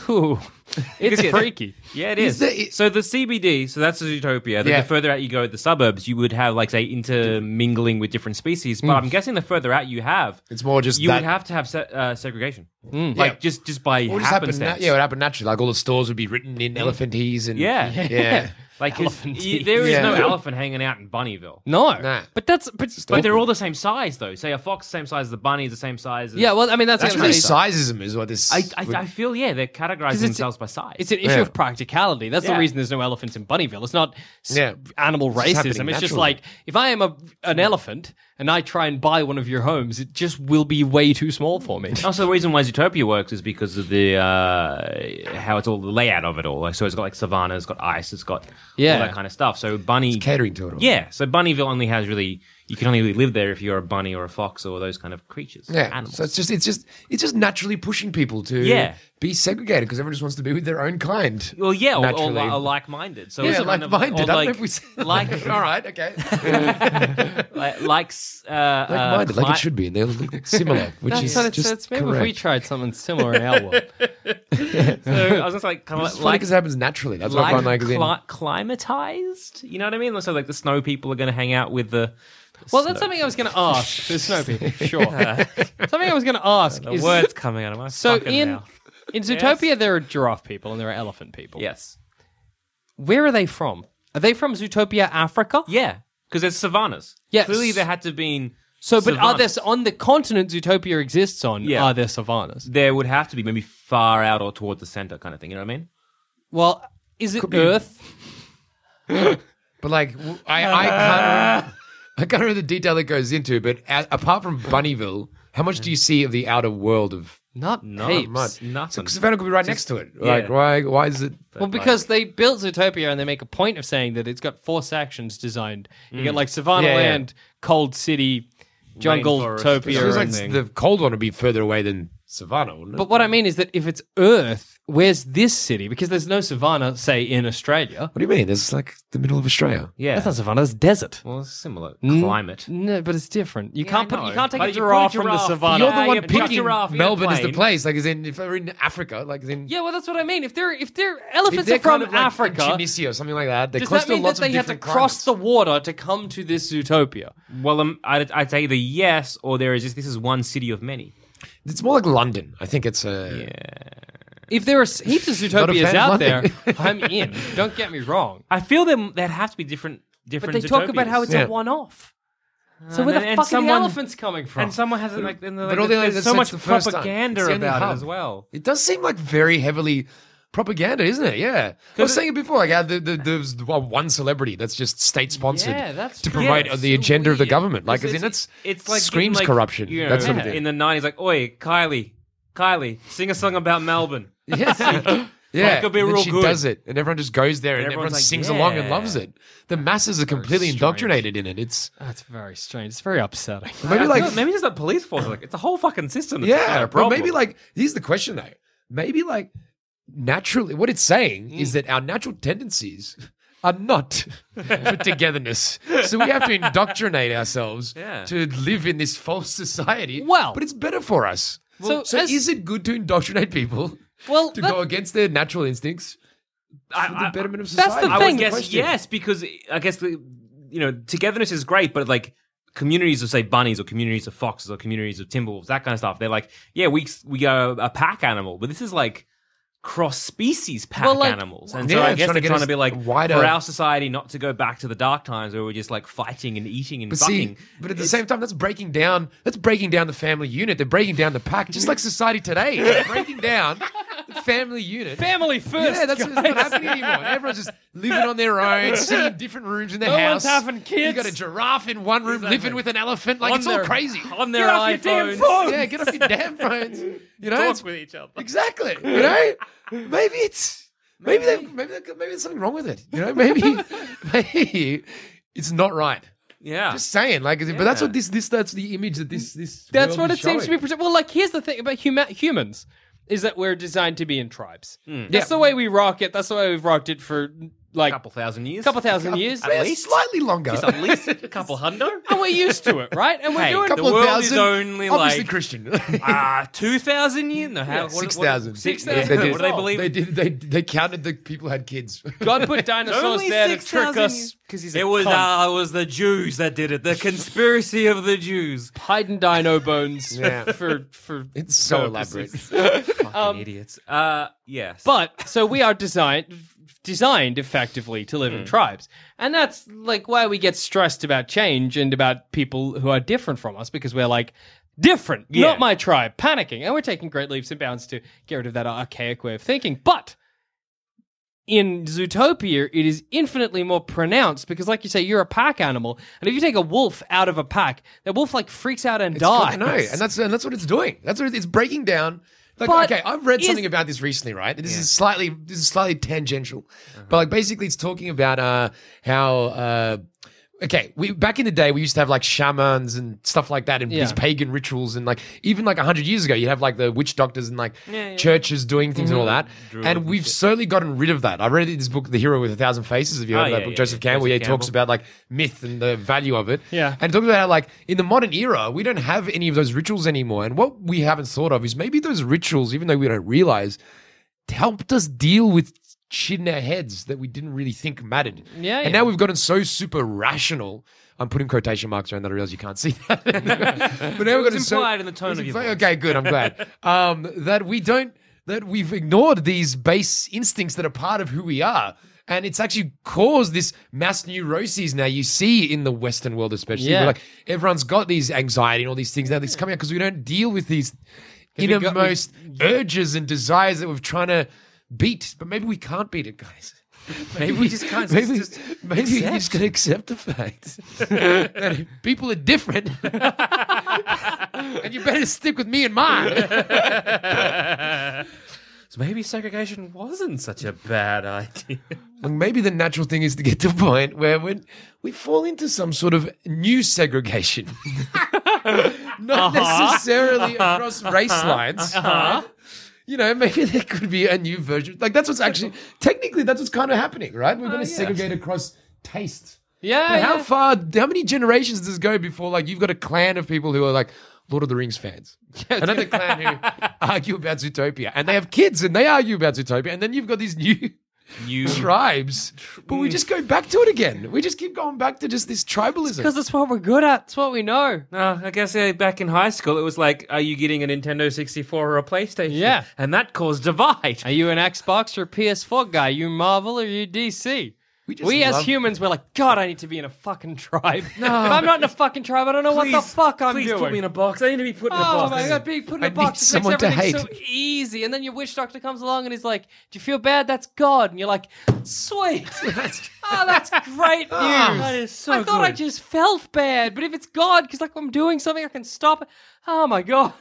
[SPEAKER 2] ooh, it's freaky.
[SPEAKER 6] Yeah, it
[SPEAKER 8] Is
[SPEAKER 6] is.
[SPEAKER 8] there-
[SPEAKER 6] so the CBD, so that's the Zootopia. Then
[SPEAKER 8] Yeah.
[SPEAKER 6] the further out you go, the suburbs, you would have like say intermingling with different species. But I'm guessing the further out you have,
[SPEAKER 8] Mm. It's more just
[SPEAKER 6] you
[SPEAKER 8] that-
[SPEAKER 6] would have to have se- uh, segregation, like
[SPEAKER 8] Yeah.
[SPEAKER 6] just just by
[SPEAKER 8] It would Mm, just happen na-
[SPEAKER 6] happenstance.
[SPEAKER 8] yeah, it would happen naturally. Like all the stores would be written in elephantese and
[SPEAKER 6] Yeah.
[SPEAKER 8] yeah.
[SPEAKER 6] like 'cause
[SPEAKER 2] Elephant
[SPEAKER 6] you- there is
[SPEAKER 8] teeth.
[SPEAKER 6] no
[SPEAKER 8] Yeah.
[SPEAKER 6] elephant hanging out in Bunnyville.
[SPEAKER 2] No,
[SPEAKER 8] Nah.
[SPEAKER 2] but that's but,
[SPEAKER 6] But
[SPEAKER 2] but
[SPEAKER 6] they're all the same size though. Say a fox the same size as the bunny, is the same size. As,
[SPEAKER 2] yeah. Well, I mean that's,
[SPEAKER 8] That's
[SPEAKER 2] what
[SPEAKER 8] really
[SPEAKER 2] I'm saying.
[SPEAKER 8] sizeism is what this.
[SPEAKER 6] I, I, I feel yeah they're
[SPEAKER 2] 'Cause
[SPEAKER 6] categorizing
[SPEAKER 2] it's-
[SPEAKER 6] themselves by size.
[SPEAKER 2] It's an issue
[SPEAKER 8] Yeah.
[SPEAKER 2] of practicality. That's
[SPEAKER 6] Yeah.
[SPEAKER 2] the reason there's no elephants in Bunnyville. It's not s-
[SPEAKER 8] Yeah.
[SPEAKER 2] animal
[SPEAKER 8] It's
[SPEAKER 2] racism.
[SPEAKER 8] just
[SPEAKER 2] It's
[SPEAKER 8] happening
[SPEAKER 2] just
[SPEAKER 8] naturally.
[SPEAKER 2] like if I am a an elephant and I try and buy one of your homes, it just will be way too small for me.
[SPEAKER 6] Also, the reason why Zootopia works is because of the uh, how it's all the layout of it all. Like, so it's got like savannah, it's got ice, it's got
[SPEAKER 2] Yeah.
[SPEAKER 6] all that kind of stuff. So Bunny,
[SPEAKER 8] catering to it all.
[SPEAKER 6] yeah. So Bunnyville only has really you you can only live there if you're a bunny or a fox or those kind of creatures.
[SPEAKER 8] Yeah.
[SPEAKER 6] animals.
[SPEAKER 8] So it's just it's just it's just naturally pushing people to
[SPEAKER 6] Yeah.
[SPEAKER 8] be segregated because everyone just wants to be with their own kind.
[SPEAKER 6] well, yeah, or, or,
[SPEAKER 8] Naturally.
[SPEAKER 6] li- or like-minded. So
[SPEAKER 8] yeah,
[SPEAKER 6] it's kind
[SPEAKER 8] like
[SPEAKER 6] of-
[SPEAKER 8] minded.
[SPEAKER 6] or
[SPEAKER 8] I don't
[SPEAKER 6] like
[SPEAKER 8] know if we said
[SPEAKER 6] like
[SPEAKER 8] all right, okay.
[SPEAKER 6] like like s- uh,
[SPEAKER 8] Like
[SPEAKER 6] uh,
[SPEAKER 8] minded, like
[SPEAKER 6] cli-
[SPEAKER 8] it should be, and they look similar, which
[SPEAKER 2] That's
[SPEAKER 8] is
[SPEAKER 2] what it
[SPEAKER 8] just
[SPEAKER 2] says. Maybe
[SPEAKER 8] correct.
[SPEAKER 2] if we tried something similar in our world.
[SPEAKER 6] So I was just like kind of
[SPEAKER 8] It's
[SPEAKER 6] like,
[SPEAKER 8] funny
[SPEAKER 6] like,
[SPEAKER 8] because it happens naturally. That's what I find
[SPEAKER 6] like
[SPEAKER 8] magazine.
[SPEAKER 6] cli- climatized. You know what I mean? So like the snow people are going to hang out with the.
[SPEAKER 2] Well, that's something I was going to ask. The snow people, sure. something I was going to ask
[SPEAKER 6] The
[SPEAKER 2] is
[SPEAKER 6] words coming out of my
[SPEAKER 2] so
[SPEAKER 6] fucking
[SPEAKER 2] in
[SPEAKER 6] mouth.
[SPEAKER 2] in Zootopia there are giraffe people and there are elephant people.
[SPEAKER 6] Yes.
[SPEAKER 2] Where are they from? Are they from Zootopia, Africa?
[SPEAKER 6] Yeah, because there's savannas.
[SPEAKER 2] Yes.
[SPEAKER 6] Clearly, there had to have been.
[SPEAKER 2] So, but are there
[SPEAKER 6] savannas.
[SPEAKER 2] on the continent Zootopia exists on?
[SPEAKER 6] Yeah.
[SPEAKER 2] Are there savannas?
[SPEAKER 6] There would have to be maybe far out or toward the center, kind of thing. You know what I mean?
[SPEAKER 2] Well, is it Earth?
[SPEAKER 8] But like, w- I, I can't. Remember, I can't remember the detail it goes into. But a, apart from Bunnyville, how much do you see of the outer world of?
[SPEAKER 2] Not
[SPEAKER 6] Not
[SPEAKER 2] heaps.
[SPEAKER 6] much. Nothing.
[SPEAKER 8] Because Savannah could be right next to it. Like,
[SPEAKER 6] yeah.
[SPEAKER 8] why? Why is it?
[SPEAKER 2] Well, because they built Zootopia and they make a point of saying that it's got four sections designed. You get like Savannah
[SPEAKER 8] Yeah, yeah.
[SPEAKER 2] Land, Cold City, Jungle
[SPEAKER 6] Rainforest.
[SPEAKER 8] It
[SPEAKER 2] Topia.
[SPEAKER 8] feels like
[SPEAKER 2] and-
[SPEAKER 8] the cold one would be further away than Savannah. Wouldn't it?
[SPEAKER 2] but what I mean is that if it's Earth, where's this city? Because there's no savannah, say, in Australia.
[SPEAKER 8] what do you mean? There's like the middle of Australia.
[SPEAKER 6] Yeah.
[SPEAKER 2] That's not savannah, that's desert.
[SPEAKER 6] well, it's similar
[SPEAKER 2] Mm.
[SPEAKER 6] climate.
[SPEAKER 2] No, but it's different. You
[SPEAKER 6] Yeah,
[SPEAKER 2] can't
[SPEAKER 6] I
[SPEAKER 2] put you
[SPEAKER 6] know.
[SPEAKER 2] can't take
[SPEAKER 6] But
[SPEAKER 2] a
[SPEAKER 6] you put a
[SPEAKER 2] giraffe, from the
[SPEAKER 6] giraffe-
[SPEAKER 2] savannah.
[SPEAKER 8] You're the
[SPEAKER 6] uh, Yeah,
[SPEAKER 8] one
[SPEAKER 6] you put a
[SPEAKER 8] picking
[SPEAKER 6] giraffe in a
[SPEAKER 8] Melbourne as the
[SPEAKER 6] plane.
[SPEAKER 8] place. Like, as in, if we're in Africa, like, as in,
[SPEAKER 2] Yeah, well, that's what I mean. If they're if they're
[SPEAKER 8] if
[SPEAKER 2] elephants
[SPEAKER 8] they're
[SPEAKER 2] are from
[SPEAKER 8] kind of, like, in
[SPEAKER 2] Africa,
[SPEAKER 8] Tunisia or something like that, they
[SPEAKER 2] does
[SPEAKER 8] cross
[SPEAKER 2] that mean
[SPEAKER 8] through
[SPEAKER 2] that
[SPEAKER 8] lots
[SPEAKER 2] they
[SPEAKER 8] of
[SPEAKER 2] have to
[SPEAKER 8] different
[SPEAKER 2] cross
[SPEAKER 8] climates.
[SPEAKER 2] the water to come to this Zootopia?
[SPEAKER 6] Well, um, I'd, I'd say either yes or there is just this is one city of many.
[SPEAKER 8] It's more like London. I think it's a.
[SPEAKER 2] If there are s- heaps of
[SPEAKER 8] Not a
[SPEAKER 2] Zootopias
[SPEAKER 8] fan of
[SPEAKER 2] out there,
[SPEAKER 8] London.
[SPEAKER 2] I'm in. Don't get me wrong.
[SPEAKER 6] I feel there there'd have to be different
[SPEAKER 2] But
[SPEAKER 6] different.
[SPEAKER 2] they talk about how
[SPEAKER 6] Zootopias.
[SPEAKER 2] it's
[SPEAKER 8] Yeah.
[SPEAKER 2] a one-off. So where
[SPEAKER 6] and-
[SPEAKER 2] the
[SPEAKER 6] and
[SPEAKER 2] fuck are the
[SPEAKER 6] someone-
[SPEAKER 2] elephants coming from?
[SPEAKER 6] And someone has it like, and they're
[SPEAKER 8] But
[SPEAKER 6] like
[SPEAKER 8] all the
[SPEAKER 6] there's
[SPEAKER 8] others
[SPEAKER 6] so
[SPEAKER 8] since
[SPEAKER 6] much
[SPEAKER 8] the first time. It's
[SPEAKER 6] propaganda
[SPEAKER 8] the only
[SPEAKER 6] about
[SPEAKER 8] hub.
[SPEAKER 6] it as well.
[SPEAKER 8] It does seem like very heavily propaganda, isn't it? Yeah, I was saying it before. Like, how the, the, there's the one one celebrity that's just state sponsored
[SPEAKER 2] Yeah, that's
[SPEAKER 8] to
[SPEAKER 2] true.
[SPEAKER 8] promote
[SPEAKER 6] Yeah, it's
[SPEAKER 8] the
[SPEAKER 6] so
[SPEAKER 8] agenda of the
[SPEAKER 6] weird.
[SPEAKER 8] government. Like,
[SPEAKER 6] 'Cause
[SPEAKER 8] as in, it's,
[SPEAKER 6] it's like
[SPEAKER 8] screams
[SPEAKER 6] in, like,
[SPEAKER 8] corruption.
[SPEAKER 6] you know,
[SPEAKER 8] that sort of
[SPEAKER 2] yeah.
[SPEAKER 8] thing.
[SPEAKER 6] in the nineties, like, oi, Kylie, Kylie, sing a song about Melbourne.
[SPEAKER 8] Yeah, yeah.
[SPEAKER 6] Like, it'll be
[SPEAKER 8] and then
[SPEAKER 6] real
[SPEAKER 8] she
[SPEAKER 6] good.
[SPEAKER 8] does it, and everyone just goes there, and, everyone
[SPEAKER 6] everyone's like,
[SPEAKER 8] sings along and
[SPEAKER 6] yeah.
[SPEAKER 8] loves it. The masses are completely indoctrinated in it. Ah, It's
[SPEAKER 2] That's very strange. It's very upsetting.
[SPEAKER 8] maybe
[SPEAKER 6] Like,
[SPEAKER 8] like
[SPEAKER 6] maybe just the police force. Like, it's a whole fucking system. That's got
[SPEAKER 8] Yeah,
[SPEAKER 6] a
[SPEAKER 8] but
[SPEAKER 6] problem.
[SPEAKER 8] maybe like here's the question though. Maybe like naturally, what it's saying
[SPEAKER 6] Mm.
[SPEAKER 8] is that our natural tendencies are not for togetherness, so we have to indoctrinate ourselves
[SPEAKER 6] Yeah.
[SPEAKER 8] to live in this false society.
[SPEAKER 2] Well-
[SPEAKER 8] but it's better for us.
[SPEAKER 2] Well,
[SPEAKER 8] so
[SPEAKER 2] as-
[SPEAKER 8] is it good to indoctrinate people
[SPEAKER 2] Well,
[SPEAKER 8] to
[SPEAKER 2] that-
[SPEAKER 8] go against their natural instincts
[SPEAKER 6] I,
[SPEAKER 8] for the
[SPEAKER 6] I,
[SPEAKER 8] betterment of
[SPEAKER 2] that's the
[SPEAKER 8] society?
[SPEAKER 6] I
[SPEAKER 2] thing.
[SPEAKER 6] would guess
[SPEAKER 8] question.
[SPEAKER 6] yes, because I guess the, you know togetherness is great, but like communities of say bunnies or communities of foxes or communities of timberwolves, that kind of stuff. They're like, yeah, we we are a pack animal, but this is like cross species pack
[SPEAKER 2] Well, like-
[SPEAKER 6] animals, and
[SPEAKER 8] Yeah,
[SPEAKER 6] so I
[SPEAKER 8] it's
[SPEAKER 6] guess
[SPEAKER 8] trying to
[SPEAKER 6] they're
[SPEAKER 8] get
[SPEAKER 6] trying
[SPEAKER 8] us
[SPEAKER 6] to be like
[SPEAKER 8] wider-
[SPEAKER 6] for our society not to go back to the dark times where we're just like fighting and eating and
[SPEAKER 8] But
[SPEAKER 6] fucking.
[SPEAKER 8] see, but at the same time, that's breaking down. That's breaking down the family unit. They're breaking down the pack, just like society today. They're breaking down the family unit.
[SPEAKER 2] family first.
[SPEAKER 8] yeah, that's it's not happening anymore. Everyone's just living on their own, sitting in different rooms in their
[SPEAKER 2] No one's
[SPEAKER 8] house.
[SPEAKER 2] having kids.
[SPEAKER 8] You got a giraffe in one room, living with an elephant. Like
[SPEAKER 6] On
[SPEAKER 8] it's all
[SPEAKER 6] their-
[SPEAKER 8] crazy.
[SPEAKER 6] on their
[SPEAKER 2] off your damn
[SPEAKER 6] iPhones.
[SPEAKER 2] phone!
[SPEAKER 8] Yeah, get off your damn phones. You know, it's-
[SPEAKER 6] Talk with each other.
[SPEAKER 8] exactly. You know, maybe it's maybe they, maybe they, maybe there's something wrong with it. You know, maybe maybe it's not right.
[SPEAKER 6] Yeah.
[SPEAKER 8] Just saying, like, is it- but that's what this this that's the image that this this.
[SPEAKER 2] That's
[SPEAKER 8] world
[SPEAKER 2] what it
[SPEAKER 8] is
[SPEAKER 2] seems to be.
[SPEAKER 8] showing.
[SPEAKER 2] Present. Well, like here's the thing about huma- humans is that we're designed to be in tribes.
[SPEAKER 6] Hmm.
[SPEAKER 2] That's
[SPEAKER 8] Yeah.
[SPEAKER 2] the way we rock it. That's the way we've rocked it for like
[SPEAKER 6] couple thousand years.
[SPEAKER 2] couple thousand years.
[SPEAKER 8] Yeah, slightly longer.
[SPEAKER 6] Just at least a couple hundred.
[SPEAKER 2] and we're used to it, right? And we're
[SPEAKER 6] Hey,
[SPEAKER 2] doing
[SPEAKER 6] couple
[SPEAKER 2] the
[SPEAKER 6] of
[SPEAKER 2] world
[SPEAKER 6] thousand-
[SPEAKER 2] is our-
[SPEAKER 6] only,
[SPEAKER 8] obviously
[SPEAKER 6] like-
[SPEAKER 8] Christian.
[SPEAKER 6] Ah, two thousand years? No, how? what- what-
[SPEAKER 8] Six thousand.
[SPEAKER 6] Six
[SPEAKER 8] They- they
[SPEAKER 6] thousand.
[SPEAKER 8] did-
[SPEAKER 6] What do they believe?
[SPEAKER 8] They did. They, they counted the people had kids.
[SPEAKER 2] God put dinosaurs
[SPEAKER 6] Only
[SPEAKER 2] there to
[SPEAKER 6] six
[SPEAKER 2] trick
[SPEAKER 6] thousand
[SPEAKER 2] us
[SPEAKER 6] years.
[SPEAKER 2] because he's a
[SPEAKER 6] It was
[SPEAKER 2] cunt.
[SPEAKER 6] uh, it was the Jews that did it. The conspiracy of the Jews.
[SPEAKER 2] hiding dino bones
[SPEAKER 8] Yeah.
[SPEAKER 2] for for.
[SPEAKER 8] It's so elaborate.
[SPEAKER 6] purposes. Fucking idiots. Uh, yes.
[SPEAKER 2] But so we are designed designed effectively to live
[SPEAKER 8] Hmm.
[SPEAKER 2] in tribes, and that's like why we get stressed about change and about people who are different from us because we're like. Different,
[SPEAKER 6] Yeah.
[SPEAKER 2] not my tribe, panicking. And we're taking great leaps and bounds to get rid of that archaic way of thinking. But in Zootopia, it is infinitely more pronounced because, like you say, you're a pack animal, and if you take a wolf out of a pack, that wolf like freaks out and
[SPEAKER 8] It's
[SPEAKER 2] dies.
[SPEAKER 8] got- No, and that's and that's what it's doing. That's what it- it's breaking down. Like,
[SPEAKER 2] But
[SPEAKER 8] okay, I've read
[SPEAKER 2] is-
[SPEAKER 8] something about this recently, right? This is slightly
[SPEAKER 2] Uh-huh.
[SPEAKER 8] this is slightly tangential, but like basically, it's talking about uh, how uh, okay, we back in the day we used to have like shamans and stuff like that and
[SPEAKER 2] Yeah.
[SPEAKER 8] these pagan rituals and like even like hundred years ago you'd have like the witch doctors and like churches doing things and all
[SPEAKER 2] Mm-hmm.
[SPEAKER 8] that. and we've slowly gotten rid of that. I read this book, The Hero with a Thousand Faces. Have you heard
[SPEAKER 6] Oh,
[SPEAKER 8] of that
[SPEAKER 6] yeah,
[SPEAKER 8] book,
[SPEAKER 6] yeah,
[SPEAKER 8] Joseph
[SPEAKER 6] yeah.
[SPEAKER 8] Campbell? Yeah, he
[SPEAKER 6] Joseph
[SPEAKER 8] talks
[SPEAKER 6] Campbell.
[SPEAKER 8] about about like myth and the value of it.
[SPEAKER 2] Yeah.
[SPEAKER 8] And talking about how like in the modern era, we don't have any of those rituals anymore. And what we haven't thought of is maybe those rituals, even though we don't realize, helped us deal with shit in our heads that we didn't really think mattered.
[SPEAKER 2] Yeah,
[SPEAKER 8] And
[SPEAKER 2] yeah.
[SPEAKER 8] now we've gotten so super rational. I'm putting quotation marks around that. I realize you can't see that. but now we've
[SPEAKER 6] was
[SPEAKER 8] gotten so-
[SPEAKER 6] implied in the tone
[SPEAKER 8] It's
[SPEAKER 6] of your
[SPEAKER 8] impli-
[SPEAKER 6] voice.
[SPEAKER 8] Okay, good. I'm glad um, that we don't that we've ignored these base instincts that are part of who we are, and it's actually caused this mass neuroses now you see in the Western world, especially.
[SPEAKER 2] Yeah.
[SPEAKER 8] Where, like everyone's got these anxiety and all these things now that's coming out because we don't deal with these
[SPEAKER 2] we got-
[SPEAKER 8] innermost urges and desires that we're trying to beat, but maybe we can't beat it, guys. Maybe we just can't. Maybe, just maybe we just gotta accept the fact that people are different, and you better stick with me and mine.
[SPEAKER 6] So maybe segregation wasn't such a bad idea.
[SPEAKER 8] And maybe the natural thing is to get to a point where when we fall into some sort of new segregation, not necessarily across race lines. You know, maybe there could be a new version. Like that's what's actually technically that's what's kind of happening, right? We're going to segregate across taste.
[SPEAKER 2] Yeah,
[SPEAKER 8] But how
[SPEAKER 2] yeah.
[SPEAKER 8] far? How many generations does this go before like you've got a clan of people who are like Lord of the Rings fans, another clan who argue about Zootopia, and they have kids and they argue about Zootopia, and then you've got these new
[SPEAKER 6] You
[SPEAKER 8] tribes. But we just go back to it again. We just keep going back to just this
[SPEAKER 2] Because
[SPEAKER 8] tribalism.
[SPEAKER 2] that's what we're good at. It's what we know.
[SPEAKER 6] Uh, I guess uh, back in high school, it was like, are you getting a Nintendo 64 or a PlayStation?
[SPEAKER 2] Yeah.
[SPEAKER 6] And that caused divide.
[SPEAKER 2] Are you an Xbox or PS4 guy? You Marvel or you DC? We,
[SPEAKER 8] just
[SPEAKER 2] as
[SPEAKER 8] love-
[SPEAKER 2] humans, we're like, God, I need to be in a fucking tribe. no. If I'm not in a fucking tribe, I don't know what the fuck I'm
[SPEAKER 6] please
[SPEAKER 2] doing.
[SPEAKER 6] put me in a box. I need to be put in a
[SPEAKER 2] Oh
[SPEAKER 6] box.
[SPEAKER 2] my god, being put in
[SPEAKER 8] I
[SPEAKER 2] a box
[SPEAKER 8] need
[SPEAKER 2] just makes
[SPEAKER 8] someone to
[SPEAKER 2] everything so
[SPEAKER 8] hate.
[SPEAKER 2] easy. And then your witch doctor comes along and he's like, Do you feel bad? That's God. And you're like, Sweet. oh, that's great news.
[SPEAKER 6] that is so
[SPEAKER 2] I thought I
[SPEAKER 6] good.
[SPEAKER 2] just felt bad, but if it's God, because like I'm doing something, I can stop it. Oh my god.